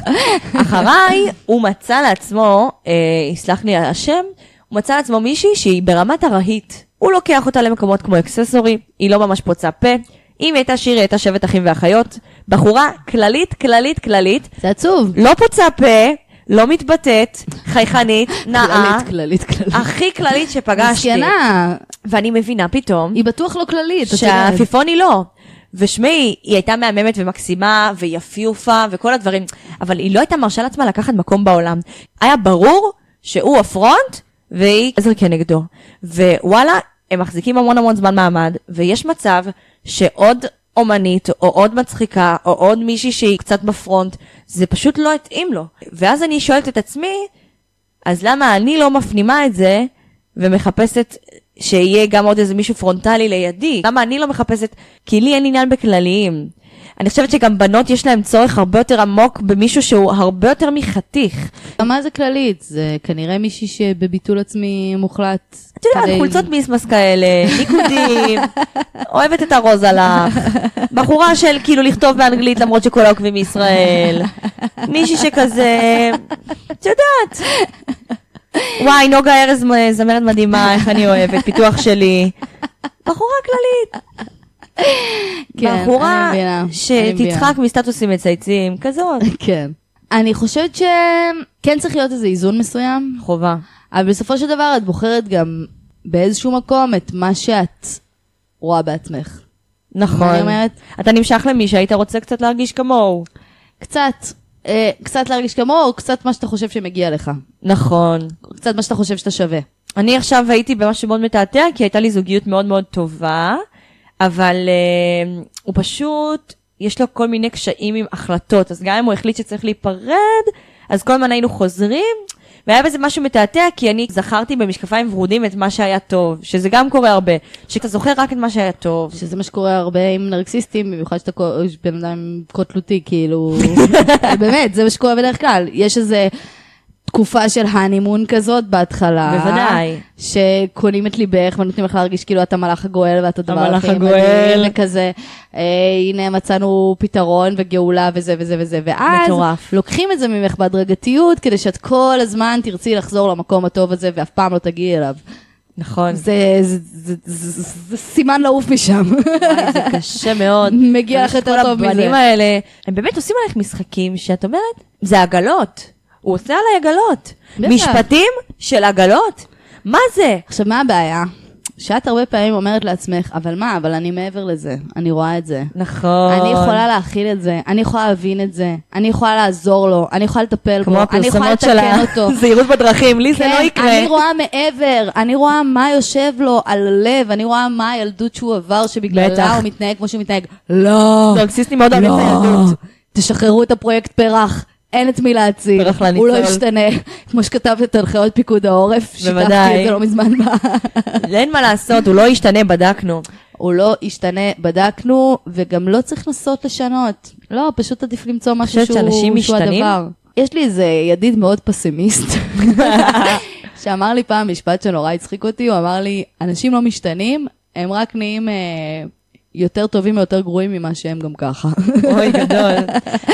B: אחריי, הוא מצא לעצמו, אה, יסלח לי השם, הוא מצא לעצמו מישהי שהיא ברמת הרהיט. הוא לוקח אותה למקומות כמו אקססורי, היא לא ממש פוצה פה. אם היא הייתה שיר, היא הייתה שבת אחים ואחיות. בחורה כללית, כללית, כללית,
C: זה עצוב.
B: לא פוצה פה, לא מתבטאת, חייכנית, נאה,
C: כללית, כללית, כללית.
B: הכי כללית שפגשתי.
C: מסכנה,
B: ואני מבינה פתאום
C: היא בטוח לא כללית, את יודעת.
B: שהעפיפון היא לא. ושמעי, היא הייתה מהממת ומקסימה ויפיופה וכל הדברים, אבל היא לא הייתה מרשה לעצמה לקחת מקום בעולם. היה ברור שהוא הפרונט והיא עזר כנגדו. ווואלה, הם מחזיקים המון המון זמן מעמד, ויש מצב שעוד אומנית, או עוד מצחיקה, או עוד מישהי שהיא קצת בפרונט, זה פשוט לא התאים לו. ואז אני שואלת את עצמי, אז למה אני לא מפנימה את זה ומחפשת שיהיה גם עוד איזה מישהו פרונטלי לידי? למה אני לא מחפשת? כי לי אין עניין בכלליים. אני חושבת שגם בנות יש להן צורך הרבה יותר עמוק במישהו שהוא הרבה יותר מחתיך.
C: מה זה כללית? זה כנראה מישהי שבביטול עצמי מוחלט.
B: את יודעת, חולצות מיסמס כאלה, ניקודים, אוהבת את הרוז עליך, בחורה של כאילו לכתוב באנגלית למרות שכל העוקבים מישראל, מישהי שכזה, את יודעת. וואי, נוגה ארז מ- זמרת מדהימה, איך אני אוהבת, פיתוח שלי. בחורה כללית,
C: כן, אני
B: בחורה
C: מבינה, אני
B: שתצחק מסטטוסים מצייצים, כזאת.
C: מבינה. כן. אני חושבת שכן צריך להיות איזה איזון מסוים,
B: חובה.
C: אבל בסופו של דבר את בוחרת גם באיזשהו מקום את מה שאת רואה בעצמך.
B: נכון.
C: אני אומרת?
B: אתה נמשך למי שהיית רוצה קצת להרגיש כמוהו.
C: קצת, אה, קצת להרגיש כמוהו, או קצת מה שאתה חושב שמגיע לך.
B: נכון.
C: קצת מה שאתה חושב שאתה שווה.
B: אני עכשיו הייתי במשהו מאוד מתעתע, כי הייתה לי זוגיות מאוד מאוד טובה, אבל uh, הוא פשוט, יש לו כל מיני קשיים עם החלטות, אז גם אם הוא החליט שצריך להיפרד, אז כל הזמן היינו חוזרים, והיה בזה משהו מתעתע, כי אני זכרתי במשקפיים ורודים את מה שהיה טוב, שזה גם קורה הרבה, שאתה זוכר רק את מה שהיה טוב.
C: שזה מה שקורה הרבה עם נרקסיסטים, במיוחד שאתה קו- בן אדם קוטלותי, כאילו, באמת, זה מה שקורה בדרך כלל. יש איזה תקופה של הנימון כזאת
B: אה?
C: בהתחלה.
B: בוודאי.
C: שקונים את ליבך ונותנים לך להרגיש כאילו את המלאך הגואל ואת הדבר
B: המלאך
C: הכי
B: הגואל.
C: מדהים, וכזה, אה, הנה מצאנו פתרון וגאולה וזה וזה וזה, ואז
B: מטורף.
C: לוקחים את זה ממך בהדרגתיות, כדי שאת כל הזמן תרצי לחזור למקום הטוב הזה ואף פעם לא תגיעי אליו.
B: נכון.
C: זה, זה, זה, זה, זה סימן לעוף משם.
B: וואי, זה קשה מאוד.
C: מגיע לך
B: יש
C: יותר טוב
B: כל הבנים
C: מזה.
B: האלה, הם באמת עושים עלייך משחקים שאת אומרת, זה עגלות. הוא עושה עליי עגלות.
C: בטח.
B: משפטים של עגלות? מה זה?
C: עכשיו, מה הבעיה? שאת הרבה פעמים אומרת לעצמך, אבל מה, אבל אני מעבר לזה, אני רואה את זה.
B: נכון.
C: אני יכולה להכיל את זה, אני יכולה להבין את זה, אני יכולה לעזור לו, אני יכולה לטפל בו,
B: כמו
C: אני יכולה
B: הפרסומות של ה-
C: לתקן אותו.
B: זהירות בדרכים, לי זה
C: כן,
B: לא יקרה.
C: אני רואה מעבר, אני רואה מה יושב לו על הלב, אני רואה מה הילדות שהוא עבר
B: בטח.
C: שבגללה הוא מתנהג כמו שהוא מתנהג. לא,
B: נרקסיסטים מאוד אוהבים את
C: לא.
B: הילדות.
C: תשחררו את הפרויקט פרח. אין את מי להציל,
B: פרח לניצול.
C: הוא לא ישתנה, כמו שכתבת את הנחיות פיקוד העורף, שיתפתי
B: בוודאי.
C: את זה לא מזמן. ב-
B: אין מה לעשות, הוא לא ישתנה, בדקנו.
C: הוא לא ישתנה, בדקנו, וגם לא צריך לנסות לשנות. לא, פשוט עדיף למצוא משהו
B: חושבת
C: שהוא,
B: שאנשים
C: שהוא
B: משתנים?
C: הדבר. יש לי איזה ידיד מאוד פסימיסט, שאמר לי פעם משפט שנורא הצחיק אותי, הוא אמר לי, אנשים לא משתנים, הם רק נהיים אה, יותר טובים ויותר גרועים ממה שהם גם ככה.
B: אוי, גדול.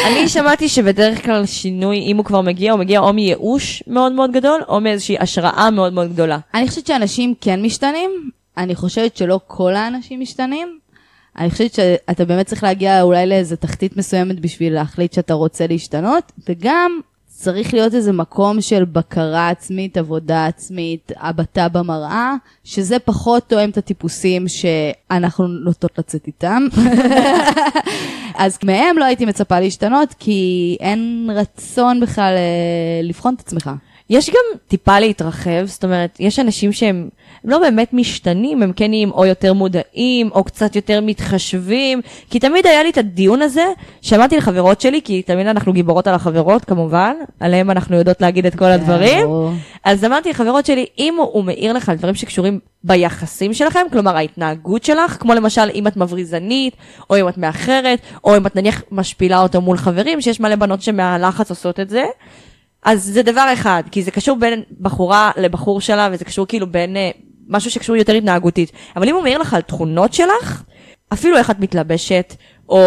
B: אני שמעתי שבדרך כלל שינוי, אם הוא כבר מגיע, הוא מגיע או מייאוש מאוד מאוד גדול, או מאיזושהי השראה מאוד מאוד גדולה.
C: אני חושבת שאנשים כן משתנים, אני חושבת שלא כל האנשים משתנים. אני חושבת שאתה באמת צריך להגיע אולי לאיזה תחתית מסוימת בשביל להחליט שאתה רוצה להשתנות, וגם צריך להיות איזה מקום של בקרה עצמית, עבודה עצמית, הבטה במראה, שזה פחות תואם את הטיפוסים שאנחנו נוטות לצאת איתם. אז מהם לא הייתי מצפה להשתנות, כי אין רצון בכלל אה, לבחון את עצמך.
B: יש גם טיפה להתרחב, זאת אומרת, יש אנשים שהם הם לא באמת משתנים, הם כן נהיים או יותר מודעים, או קצת יותר מתחשבים, כי תמיד היה לי את הדיון הזה, שאמרתי לחברות שלי, כי תמיד אנחנו גיבורות על החברות, כמובן, עליהם אנחנו יודעות להגיד את כל הדברים.
C: ברור.
B: אז אמרתי לחברות שלי, אם הוא מעיר לך על דברים שקשורים ביחסים שלכם, כלומר ההתנהגות שלך, כמו למשל אם את מבריזנית, או אם את מאחרת, או אם את נניח משפילה אותו מול חברים, שיש מלא בנות שמהלחץ עושות את זה, אז זה דבר אחד, כי זה קשור בין בחורה לבחור שלה, וזה קשור כאילו בין אה, משהו שקשור יותר התנהגותית. אבל אם הוא מעיר לך על תכונות שלך, אפילו איך את מתלבשת, או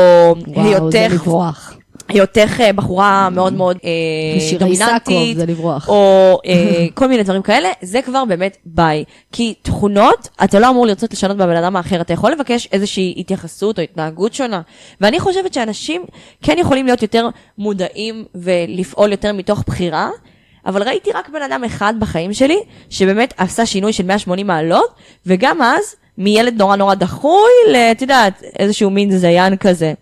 C: וואו, זה
B: היותך,
C: לברוח.
B: היותך אה, בחורה מאוד מאוד אה,
C: ושירי סאקוב
B: דומיננטית,
C: זה לברוח.
B: או אה, כל מיני דברים כאלה, זה כבר באמת ביי. כי תכונות, אתה לא אמור לרצות לשנות בבן אדם האחר, אתה יכול לבקש איזושהי התייחסות או התנהגות שונה. ואני חושבת שאנשים כן יכולים להיות יותר מודעים ולפעול יותר מתוך בחירה, אבל ראיתי רק בן אדם אחד בחיים שלי, שבאמת עשה שינוי של 180 מעלות, וגם אז, מילד נורא נורא דחוי, ל- את יודעת, איזשהו מין זיין כזה.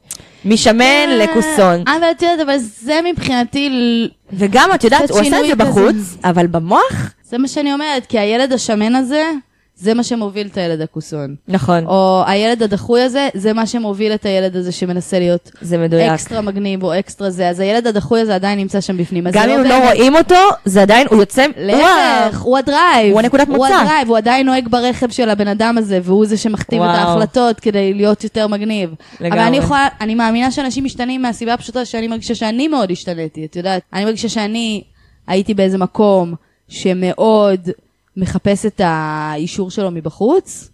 B: משמן
C: אה.
B: לכוסון.
C: אבל את יודעת, אבל זה מבחינתי, ל-
B: וגם, את יודעת,
C: קצת
B: הוא עשה את
C: שינוי
B: זה
C: כזה.
B: בחוץ, אבל במוח,
C: זה מה שאני אומרת, כי הילד השמן הזה, זה מה שמוביל את הילד הכוסון.
B: נכון.
C: או הילד הדחוי הזה, זה מה שמוביל את הילד הזה שמנסה להיות
B: זה מדויק.
C: אקסטרה מגניב או אקסטרה זה, אז הילד הדחוי הזה עדיין נמצא שם בפנים. אז
B: גם
C: זה
B: אם לא
C: באמת-
B: רואים אותו, זה עדיין, הוא יוצא,
C: להפך,
B: וואו.
C: הוא הדרייב.
B: הוא הנקודת
C: הוא
B: מוצא.
C: הדרייב, הוא עדיין נוהג ברכב של הבן אדם הזה, והוא זה שמכתיב את
B: וואו.
C: ההחלטות כדי להיות יותר מגניב.
B: לגמרי.
C: אבל אני יכולה, אני מאמינה שאנשים משתנים מהסיבה הפשוטה שאני מרגישה שאני מאוד השתניתי, את יודעת? אני מרגישה שאני הייתי באיזה מקום שמאוד מחפש את האישור שלו מבחוץ.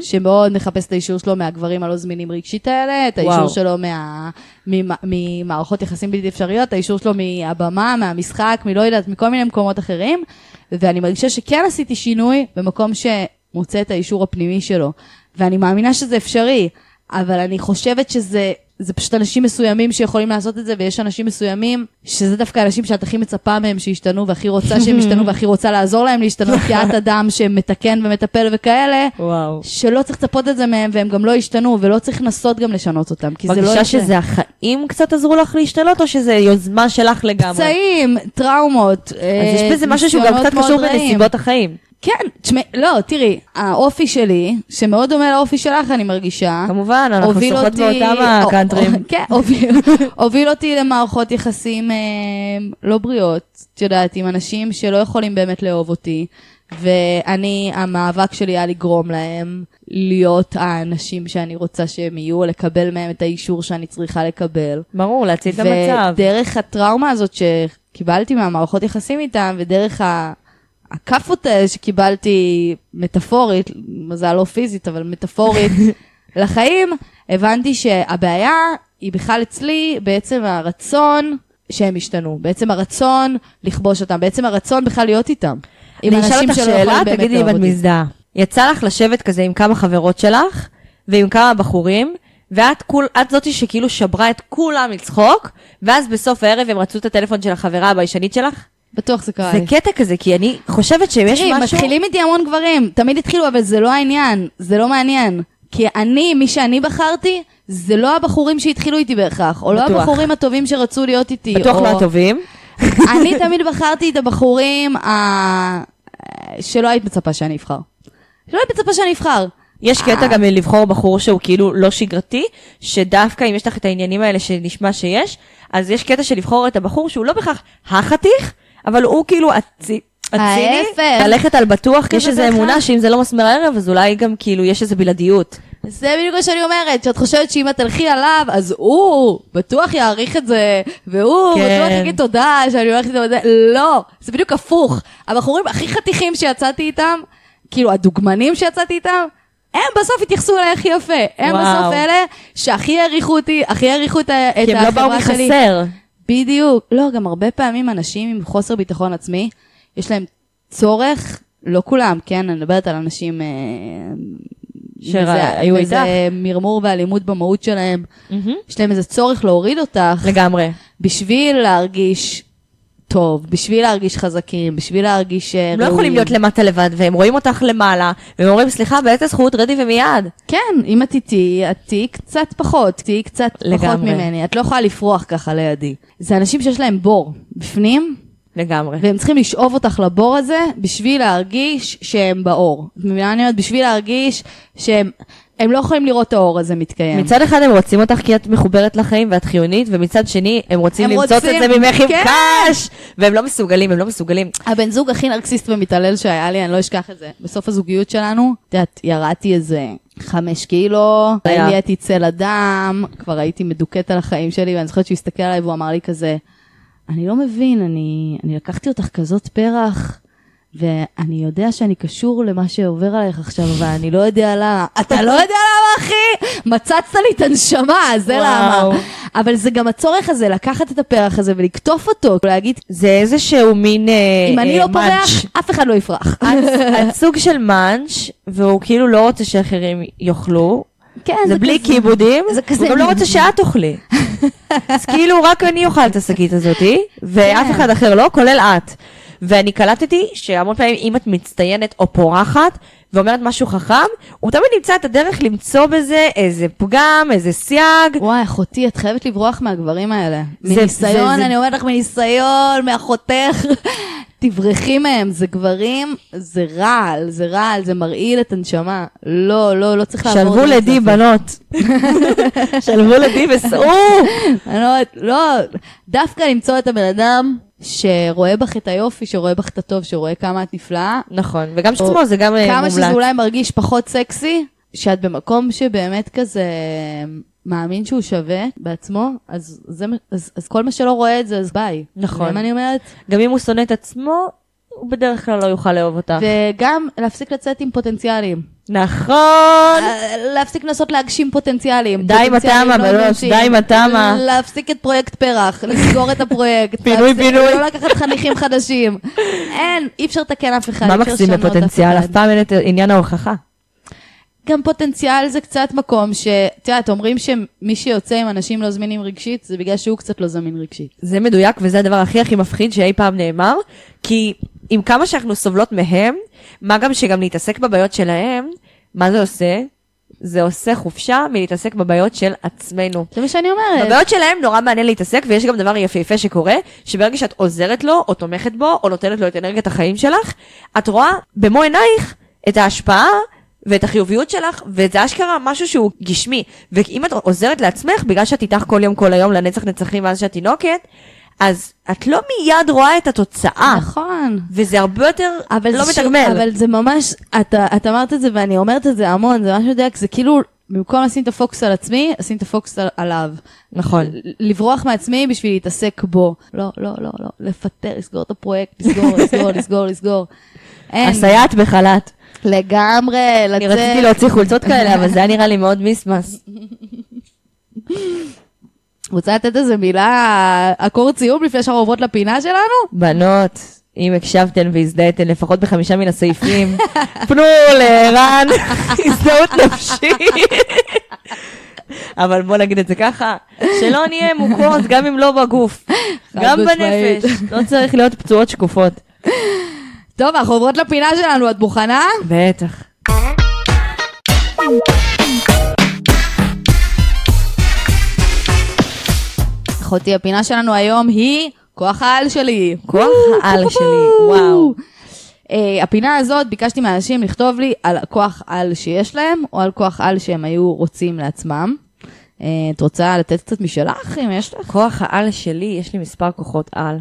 C: שמאוד מחפש את האישור שלו מהגברים הלא זמינים רגשית האלה, את האישור
B: וואו.
C: שלו מה, ממ- ממערכות יחסים בלתי אפשריות, את האישור שלו מהבמה, מהמשחק, מלא יודעת, מכל מיני מקומות אחרים. ואני מרגישה שכן עשיתי שינוי במקום שמוצא את האישור הפנימי שלו. ואני מאמינה שזה אפשרי, אבל אני חושבת שזה... זה פשוט אנשים מסוימים שיכולים לעשות את זה, ויש אנשים מסוימים שזה דווקא אנשים שאת הכי מצפה מהם שישתנו, והכי רוצה שהם ישתנו, והכי רוצה לעזור להם להשתנות, כי את אדם שמתקן ומטפל וכאלה,
B: וואו.
C: שלא צריך לצפות את זה מהם, והם גם לא ישתנו, ולא צריך לנסות גם לשנות אותם, כי זה לא
B: מרגישה שזה החיים קצת עזרו לך להשתלות, או שזה יוזמה שלך לגמרי?
C: פצעים, טראומות, אה,
B: אז יש בזה משהו שהוא גם קצת קשור בנסיבות החיים.
C: כן, תשמעי, לא, תראי, האופי שלי, שמאוד דומה לאופי שלך, אני מרגישה.
B: כמובן, כן, אנחנו
C: הוביל
B: שוחות
C: אה? אותי-
B: באותם
C: או- או-
B: הקאנטרים.
C: כן, הוביל- הוביל אותי למערכות יחסים אה, לא בריאות, את יודעת, עם אנשים שלא יכולים באמת לאהוב אותי, ואני, המאבק שלי היה לגרום להם להיות האנשים שאני רוצה שהם יהיו, לקבל מהם את האישור שאני צריכה לקבל.
B: ברור, להציל את המצב.
C: ודרך הטראומה הזאת קיבלתי מהמערכות יחסים איתם, ודרך ה... הכאפות האלה שקיבלתי מטאפורית, מזל לא פיזית, אבל מטאפורית, לחיים, הבנתי שהבעיה היא בכלל אצלי, בעצם הרצון שהם ישתנו, בעצם הרצון לכבוש אותם, בעצם הרצון בכלל להיות איתם. עם
B: אני אשאל
C: אנשים
B: אותך
C: שלא יכולים
B: שאלה,
C: באמת
B: תגידי אם
C: לאהוב
B: את
C: אותי.
B: מזדהה. יצא לך לשבת כזה עם כמה חברות שלך, ועם כמה בחורים, ואת כול, את זאתי שכאילו שברה את כולם לצחוק, ואז בסוף הערב הם רצו את הטלפון של החברה הביישנית שלך?
C: בטוח זה קרה
B: זה
C: לי.
B: קטע כזה, כי אני חושבת שיש
C: תראי,
B: משהו...
C: מתחילים איתי המון גברים, תמיד התחילו, אבל זה לא העניין, זה לא מעניין. כי אני, מי שאני בחרתי, זה לא הבחורים שהתחילו איתי בהכרח, או לא
B: בטוח.
C: הבחורים הטובים שרצו להיות איתי.
B: בטוח
C: או...
B: לא הטובים.
C: אני תמיד בחרתי את הבחורים ה... שלא היית מצפה שאני אבחר. שלא היית מצפה שאני אבחר. אה.
B: יש קטע גם לבחור בחור שהוא כאילו לא שגרתי, שדווקא אם יש לך את העניינים האלה שנשמע שיש, אז יש קטע של לבחור את הבחור שהוא לא בהכרח החתיך, אבל הוא כאילו הצי... הציני,
C: ההפך.
B: ללכת על בטוח, יש איזו
C: בהכרח.
B: אמונה שאם זה לא מסמר הערב, אז אולי גם כאילו יש איזו בלעדיות.
C: זה בדיוק מה שאני אומרת, שאת חושבת שאם את תלכי עליו, אז הוא בטוח יעריך את זה, והוא
B: כן.
C: בטוח יגיד תודה שאני הולכת איתו את זה. לא, זה בדיוק הפוך. הבחורים הכי חתיכים שיצאתי איתם, כאילו הדוגמנים שיצאתי איתם, הם בסוף התייחסו אליי הכי יפה. הם
B: וואו.
C: בסוף אלה שהכי העריכו אותי, הכי העריכו את, ה- את
B: כי הם לא
C: החברה
B: באו
C: שלי.
B: מחסר.
C: בדיוק. לא, גם הרבה פעמים אנשים עם חוסר ביטחון עצמי, יש להם צורך, לא כולם, כן? אני מדברת על אנשים... אה, וזה-
B: שהיו איתך.
C: וזה מרמור ואלימות במהות שלהם. יש להם איזה צורך להוריד אותך,
B: לגמרי.
C: בשביל להרגיש טוב, בשביל להרגיש חזקים, בשביל להרגיש אה,
B: הם
C: ראויים.
B: לא יכולים להיות למטה לבד, והם רואים אותך למעלה, והם אומרים, סליחה, באיזה זכות, רדי ומיד.
C: כן, אם את איתי, את תהיי קצת פחות, תהיי קצת פחות
B: לגמרי.
C: ממני. את לא יכולה לפרוח ככה לידי. זה אנשים שיש להם בור בפנים,
B: לגמרי.
C: והם צריכים לשאוב אותך לבור הזה בשביל להרגיש שהם באור. את מבינה מה אני אומרת? בשביל להרגיש שהם הם לא יכולים לראות את האור הזה מתקיים.
B: מצד אחד הם רוצים אותך כי את מחוברת לחיים ואת חיונית, ומצד שני הם רוצים
C: הם
B: למצוא את
C: רוצים,
B: זה ממך עם
C: כן.
B: קש, והם לא מסוגלים, הם לא מסוגלים.
C: הבן זוג הכי נרקסיסט ומתעלל שהיה לי, אני לא אשכח את זה. בסוף הזוגיות שלנו, את יודעת, ירדתי איזה חמש קילו,
B: היה.
C: נהייתי צל אדם, כבר הייתי מדוכאת על החיים שלי, ואני זוכרת שהוא הסתכל עליי והוא אמר לי כזה, אני לא מבין, אני, אני לקחתי אותך כזאת פרח. ואני יודע שאני קשור למה שעובר עלייך עכשיו, אבל אני לא יודע למה. אתה לא יודע למה, אחי? מצצת לי את הנשמה, זה למה.
B: וואו.
C: אבל זה גם הצורך הזה, לקחת את הפרח הזה ולקטוף אותו, ולהגיד,
B: זה איזשהו מין אה,
C: אם אני
B: אה,
C: לא פורח,
B: מאנץ'.
C: אף אחד לא יפרח.
B: את- את סוג של מאנץ', והוא כאילו לא רוצה שאחרים יאכלו.
C: כן,
B: זה בלי כיבודים,
C: זה כזה-
B: הוא גם לא רוצה שאת תאכלי. אז כאילו רק אני אוכל את השקית הזאתי, ואף
C: כן.
B: אחד אחר לא, כולל את. ואני קלטתי שהמון פעמים אם את מצטיינת או פורחת ואומרת משהו חכם, הוא תמיד ימצא את הדרך למצוא בזה איזה פגם, איזה סייג.
C: וואי, אחותי, את חייבת לברוח מהגברים האלה.
B: זה-
C: מניסיון,
B: זה- זה-
C: אני אומרת לך, מניסיון, מאחותך. תברחי מהם, זה גברים, זה רעל, זה רעל, זה מרעיל את הנשמה. לא, לא, לא צריך לעבור...
B: שלבו
C: את זה
B: לידי
C: בסוף.
B: בנות. שלבו לידי וסעו.
C: אני לא יודעת, לא, דווקא למצוא את הבן אדם שרואה בך את היופי, שרואה בך את הטוב, שרואה כמה את נפלאה,
B: נכון, וגם שצמו זה גם אה,
C: כמה
B: מומלץ.
C: שזה אולי מרגיש פחות סקסי, שאת במקום שבאמת כזה מאמין שהוא שווה בעצמו, אז, זה, מ- אז, אז כל מה שלא רואה את זה, אז ביי.
B: נכון.
C: זה מה אני אומרת?
B: גם אם הוא שונא את עצמו, הוא בדרך כלל לא יוכל לאהוב אותך.
C: וגם להפסיק לצאת עם פוטנציאלים.
B: נכון.
C: אה, להפסיק לנסות להגשים פוטנציאלים.
B: די עם
C: פוטנציאלים
B: התמה,
C: לא
B: בנות,
C: אנושיים.
B: די עם התמה.
C: להפסיק את פרויקט פרח, לסגור את הפרויקט.
B: פינוי,
C: להפסיק-
B: פינוי.
C: לא לקחת חניכים חדשים. אין, אי אפשר לתקן אף אחד.
B: מה
C: אי אפשר
B: מקסים
C: לשנות אף
B: בפוטנציאל?
C: אחד.
B: אף פעם אין את עניין ההוכחה.
C: גם פוטנציאל זה קצת מקום ש... את יודעת, אומרים שמי שיוצא עם אנשים לא זמינים רגשית, זה בגלל שהוא קצת לא זמין רגשית.
B: זה מדויק וזה הדבר הכי הכי מפחיד שאי פעם נאמר, כי עם כמה שאנחנו סובלות מהם, מה גם שגם להתעסק בבעיות שלהם, מה זה עושה? זה עושה חופשה מלהתעסק בבעיות של עצמנו.
C: זה מה שאני אומרת.
B: בבעיות שלהם נורא מעניין להתעסק, ויש גם דבר יפהפה שקורה, שברגע שאת עוזרת לו, או תומכת בו, או נותנת לו את אנרגיית החיים שלך, את רואה במו עינייך את ההשפעה ואת החיוביות שלך, וזה אשכרה משהו שהוא גשמי. ואם את עוזרת לעצמך, בגלל שאת איתך כל יום, כל היום, לנצח נצחים מאז שאת תינוקת, אז את לא מיד רואה את התוצאה.
C: נכון.
B: וזה הרבה יותר
C: אבל
B: לא
C: זה ש-
B: מתגמל.
C: אבל זה ממש, את, את אמרת את זה ואני אומרת את זה המון, זה ממש מדויק, זה כאילו במקום לשים את הפוקוס על עצמי, לשים את הפוקוס על, עליו.
B: נכון.
C: ל- לברוח מעצמי בשביל להתעסק בו. לא, לא, לא, לא. לפטר, לסגור את הפרויקט, לסגור, לסגור, לסגור, לסגור. אין,
B: הסייעת בחל"ת.
C: לגמרי,
B: אני
C: לצאת.
B: רציתי להוציא חולצות כאלה, אבל זה היה נראה לי מאוד מיסמס.
C: רוצה לתת איזה מילה, אקורד סיום לפני שאנחנו עוברות לפינה שלנו?
B: בנות, אם הקשבתן והזדהיתן לפחות בחמישה מן הסעיפים, פנו לערן, הזדהות נפשית. אבל בוא נגיד את זה ככה, שלא נהיה מוכות, גם אם לא בגוף,
C: חד
B: גם
C: משמעית.
B: בנפש. לא צריך להיות פצועות שקופות.
C: טוב, אנחנו עוברות לפינה שלנו, את מוכנה?
B: בטח.
C: אחותי, הפינה שלנו היום היא כוח העל שלי.
B: כוח העל שלי, וואו.
C: וואו. Uh, הפינה הזאת, ביקשתי מאנשים לכתוב לי על כוח על שיש להם, או על כוח על שהם היו רוצים לעצמם. Uh, את רוצה לתת קצת משלך, אם יש לך?
B: כוח העל שלי, יש לי מספר כוחות על.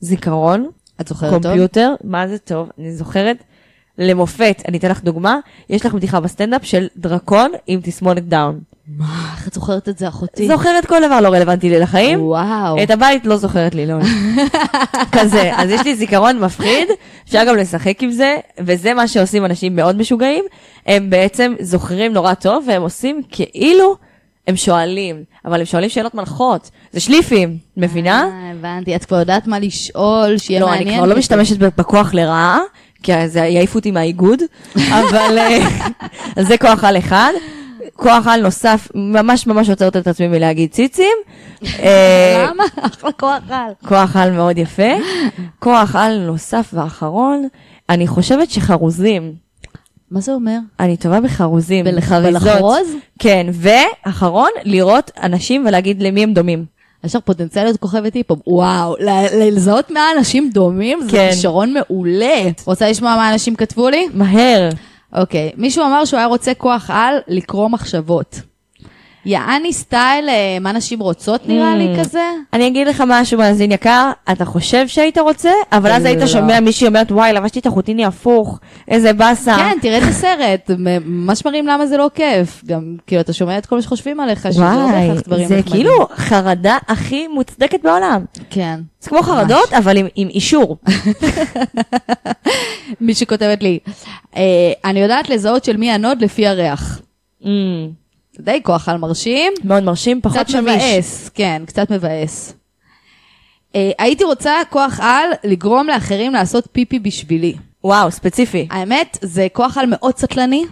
B: זיכרון,
C: את זוכרת טוב?
B: קומפיוטר, מה זה טוב, אני זוכרת למופת, אני אתן לך דוגמה, יש לך בדיחה בסטנדאפ של דרקון עם תסמונת דאון.
C: מה, איך אה, את זוכרת את זה, אחותי?
B: זוכרת כל דבר לא רלוונטי לי לחיים,
C: וואו.
B: את הבית לא זוכרת לי, לא. כזה, אז יש לי זיכרון מפחיד, אפשר גם לשחק עם זה, וזה מה שעושים אנשים מאוד משוגעים, הם בעצם זוכרים נורא טוב, והם עושים כאילו הם שואלים, אבל הם שואלים שאלות מנחות, זה שליפים, מבינה?
C: אה, הבנתי, את כבר יודעת מה לשאול, שיהיה
B: לא,
C: מעניין.
B: אני כבר לא משתמשת בכוח לרעה, כי זה יעיפו אותי מהאיגוד, אבל אה, אז זה כוח על אחד. כוח על נוסף, ממש ממש עוצרת את עצמי מלהגיד ציצים. אה,
C: למה? אחלה כוח על.
B: כוח על מאוד יפה. כוח על נוסף ואחרון, אני חושבת שחרוזים.
C: מה זה אומר?
B: אני טובה בחרוזים,
C: בלח-
B: בחריזות.
C: בלחרוז?
B: כן, ואחרון, לראות אנשים ולהגיד למי הם דומים.
C: יש לך פוטנציאל להיות כוכבת היפ-הופ. וואו, ל- לזהות מה אנשים דומים זה
B: כן.
C: כישרון מעולה. רוצה לשמוע מה אנשים כתבו לי?
B: מהר.
C: אוקיי, מישהו אמר שהוא היה רוצה כוח על לקרוא מחשבות. יעני סטייל, אה, מה נשים רוצות נראה לי
B: Mm.
C: כזה?
B: אני אגיד לך משהו, מאזין יקר, אתה חושב שהיית רוצה, אבל אז היית
C: לא.
B: שומע מישהי אומרת, וואי, לבשתי את החוטיני הפוך, איזה באסה.
C: כן, תראה את הסרט, מ- ממש מראים למה זה לא כיף. גם, כאילו, אתה שומע את כל מה שחושבים עליך, שזה לא בהכרח
B: וואי,
C: דברים
B: זה
C: נחמדים.
B: כאילו חרדה הכי מוצדקת בעולם.
C: כן.
B: זה כמו חרדות, אבל עם- עם אישור.
C: מישהי כותבת לי, אה, אני יודעת לזהות של מי הנוד לפי הריח.
B: Mm,
C: זה די כוח על מרשים.
B: מאוד מרשים, פחות
C: קצת
B: מביש.
C: מבאס, כן, קצת מבאס. אה, הייתי רוצה כוח על לגרום לאחרים לעשות פיפי בשבילי.
B: וואו, ספציפי.
C: האמת, זה כוח על מאוד סטלני.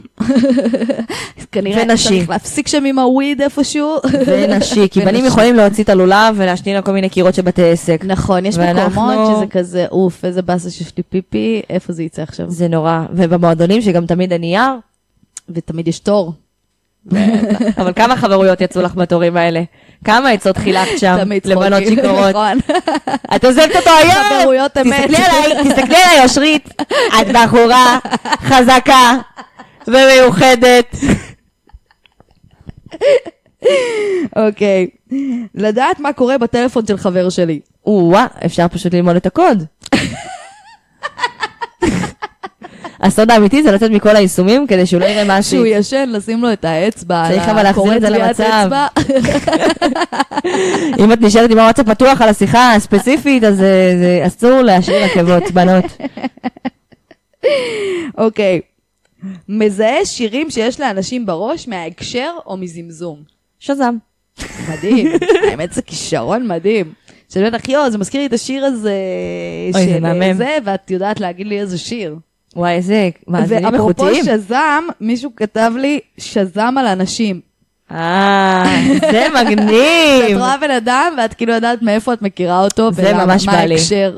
C: אז כנראה
B: ונשי.
C: צריך להפסיק שם עם הוויד איפשהו.
B: זה נשי, כי בנים
C: ונשי.
B: יכולים להוציא את הלולב ולהשתין על כל מיני קירות של בתי עסק.
C: נכון, יש
B: ואנחנו-
C: מקומות שזה כזה, אוף, איזה באסה שיש לי פיפי, איפה זה יצא עכשיו?
B: זה נורא. ובמועדונים, שגם תמיד הנייר,
C: ותמיד יש תור.
B: אבל כמה חברויות יצאו לך בתורים האלה? כמה עצות חילקת שם
C: תמיד
B: לבנות
C: צחוקים,
B: שיכורות?
C: נכון.
B: את עוזבת אותו היום!
C: חברויות אמת.
B: תסתכלי עליי, תסתכלי עליי, אושרית. את בחורה חזקה ומיוחדת.
C: אוקיי. לדעת מה קורה בטלפון של חבר שלי.
B: או-אה, אפשר פשוט ללמוד את הקוד. הסוד האמיתי זה לצאת מכל היישומים כדי שהוא לא יראה משהו.
C: כשהוא ישן, לשים לו את האצבע. על
B: צריך אבל להחזיר את זה
C: הקורא טביעת
B: למצב.
C: אצבע.
B: אם את נשארת עם הוואטסאפ פתוח על השיחה הספציפית, אז אה, זה אסור להשאיר עקבות, בנות.
C: אוקיי. מזהה שירים שיש לאנשים בראש מההקשר או מזמזום.
B: שזם.
C: מדהים. האמת זה כישרון מדהים. שאני אומרת, אחי, יואו, זה מזכיר לי את השיר הזה
B: אוי, זה
C: של אה,
B: מהמם.
C: זה, ואת יודעת להגיד לי איזה שיר.
B: וואי, איזה מאזינים
C: ואפרופו
B: איכותיים.
C: שזם, מישהו כתב לי, שזם על אנשים.
B: אה, זה
C: את
B: מגניב.
C: רואה בן אדם, ואת כאילו יודעת מאיפה את מכירה אותו,
B: זה
C: ולמה,
B: ממש
C: מה
B: בא לי.
C: ההקשר.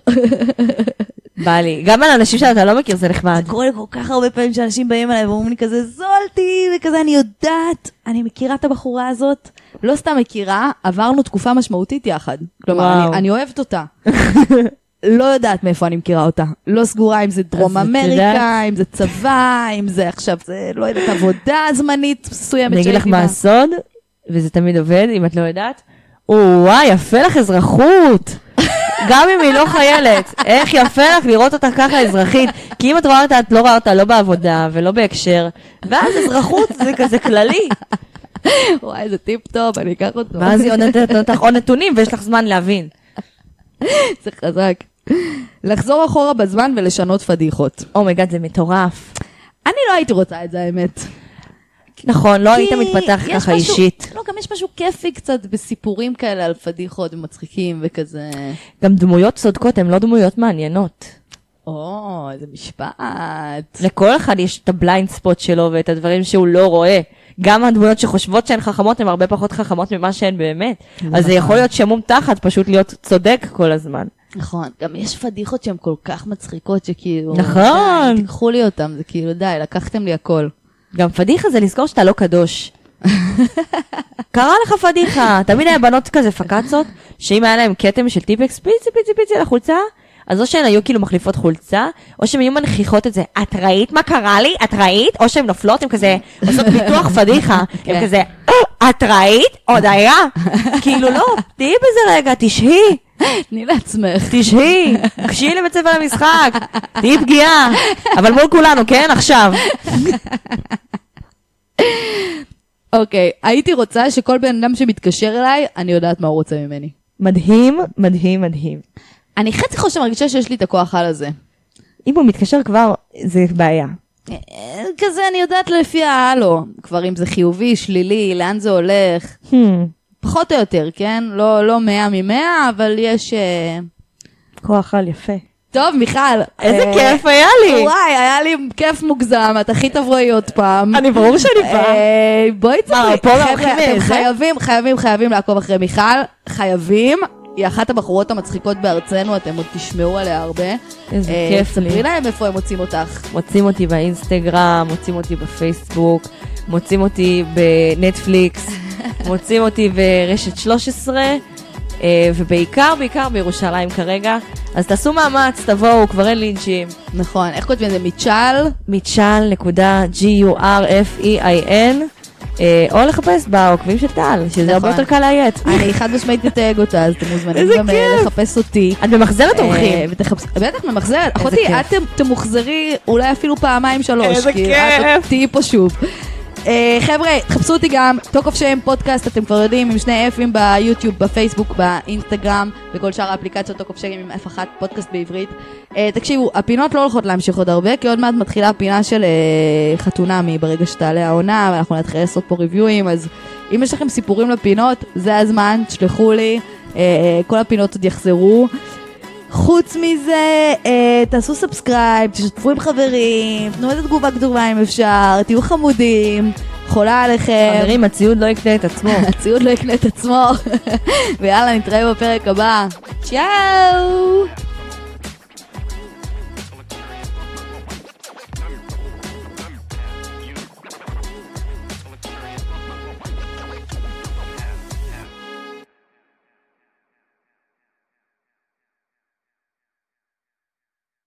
B: בא לי. גם על אנשים שאתה לא מכיר, זה נחמד.
D: קורה לי כל כך הרבה פעמים שאנשים באים אליי ואומרים לי כזה זולתי וכזה אני יודעת אני מכירה את הבחורה הזאת
C: לא סתם מכירה, עברנו תקופה משמעותית יחד. כלומר,
B: וואו.
C: אני, אני אוהבת אותה. לא יודעת מאיפה אני מכירה אותה. לא סגורה אם זה דרום
B: את
C: אמריקה,
B: יודעת.
C: אם זה צבא, אם זה עכשיו, זה לא יודעת, עבודה זמנית מסוימת
B: אני אגיד לך
C: שהייתי
B: מה
C: בה.
B: הסוד, וזה תמיד עובד, אם את לא יודעת. וואי, יפה לך אזרחות. גם אם היא לא חיילת, איך יפה לך לראות אותה ככה אזרחית. כי אם את רואה אותה, את לא רואה אותה לא בעבודה ולא בהקשר, ואז אזרחות זה כזה כללי.
C: וואי, איזה טיפ טוב, אני אקח אותו.
B: ואז היא נותנת לך עוד נתונים ויש לך זמן להבין.
C: זה חזק. לחזור אחורה בזמן ולשנות פדיחות.
B: אומייגאד, זה מטורף.
C: אני לא הייתי רוצה את זה, האמת.
B: נכון, לא היית
C: כי
B: מתפתח
C: יש
B: ככה
C: משהו-
B: אישית.
C: לא, גם יש משהו כיפי קצת בסיפורים כאלה על פדיחות ומצחיקים וכזה...
B: גם דמויות צודקות הן לא דמויות מעניינות.
C: או, איזה משפט.
B: לכל אחד יש את הבליינד ספוט שלו ואת הדברים שהוא לא רואה. גם הדמויות שחושבות שהן חכמות הן הרבה פחות חכמות ממה שהן באמת. אז זה יכול להיות שמום תחת, פשוט להיות צודק כל הזמן.
C: נכון, גם יש פדיחות שהן כל כך מצחיקות שכאילו...
B: נכון.
C: די, תיקחו לי אותם, זה כאילו די, לקחתם לי הכל.
B: גם פדיחה זה לזכור שאתה לא קדוש. קרה לך פדיחה, תמיד היה בנות כזה פקצות, שאם היה להם כתם של טיפקס פיצי פיצי פיצי על החולצה, אז או שהן היו כאילו מחליפות חולצה, או שהן היו מנכיחות את זה, את ראית מה קרה לי? את ראית? או שהן נופלות, הן כזה עושות ביטוח פדיחה, הן כזה, "אה, את ראית? עוד היה? כאילו לא, תהיי בזה רגע, תשהי.
C: תני לעצמך.
B: תשהי, קשי לבית ספר למשחק, תהיי פגיעה, אבל מול כולנו, כן? עכשיו.
C: אוקיי, הייתי רוצה שכל בן אדם שמתקשר אליי, אני יודעת מה הוא רוצה ממני.
B: מדהים, מדהים, מדהים.
C: אני חצי חושב מרגישה שיש לי את הכוח על הזה.
B: אם הוא מתקשר כבר, זה בעיה.
C: אה, כזה, אני יודעת לפי ההלו. כבר אם זה חיובי, שלילי, לאן זה הולך.
B: Hmm,
C: פחות או יותר, כן? לא, לא מאה ממאה, אבל יש... אה,
B: כוח על יפה.
C: טוב, מיכל.
B: איזה
C: אה,
B: כיף היה לי.
C: וואי, היה לי כיף מוגזם, את הכי תבואי עוד פעם.
B: אני ברור שאני באה.
C: אה, בואי
B: מה,
C: תראי,
B: פה
C: חבר'ה,
B: להרחיב
C: אתם
B: זה?
C: חייבים, חייבים, חייבים לעקוב אחרי מיכל, חייבים. היא אחת הבחורות המצחיקות בארצנו, אתם עוד תשמעו עליה הרבה.
B: איזה
C: אה,
B: כיף
C: ספרי
B: לי.
C: להם איפה הם מוצאים אותך.
B: מוצאים אותי באינסטגרם, מוצאים אותי בפייסבוק, מוצאים אותי בנטפליקס, מוצאים אותי ברשת 13, אה, ובעיקר, בעיקר בירושלים כרגע. אז תעשו מאמץ, תבואו, כבר אין לינצ'ים.
C: נכון, איך כותבים את זה? מיצ'ל?
B: מיצ'ל.gurfein, אה, או לחפש בעוקבים של טל, שזה הרבה
C: נכון.
B: יותר קל לאיית.
C: אני חד משמעית אתייג אותה, אז אתם מוזמנים
B: איזה
C: גם אה,
B: כיף.
C: לחפש אותי.
B: את ממחזרת
C: אה,
B: אורחים.
C: ותחפש- בטח ממחזרת, אחותי,
B: כיף.
C: את ת- תמוחזרי אולי אפילו פעמיים שלוש,
B: איזה
C: כי
B: כיף.
C: את תהיי פה שוב. אה, חבר'ה, חפשו אותי גם, טוק אוף שם פודקאסט, אתם כבר יודעים, עם שני F'ים ביוטיוב, בפייסבוק, באינסטגרם, וכל שאר האפליקציות טוק אוף שם עם F1 פודקאסט בעברית. אה, תקשיבו, הפינות לא הולכות להמשיך עוד הרבה, כי עוד מעט מתחילה הפינה של אה, חתונמי ברגע שתעלה העונה, ואנחנו נתחיל לעשות פה ריוויואים, אז אם יש לכם סיפורים לפינות, זה הזמן, תשלחו לי, אה, אה, כל הפינות עוד יחזרו. חוץ מזה, אה, תעשו סאבסקרייב, תשתפו עם חברים, תנו איזה תגובה קדומה אם אפשר, תהיו חמודים, חולה עליכם,
B: חברים, הציוד לא יקנה את עצמו.
C: הציוד לא יקנה את עצמו, ויאללה, נתראה בפרק הבא. צ'או!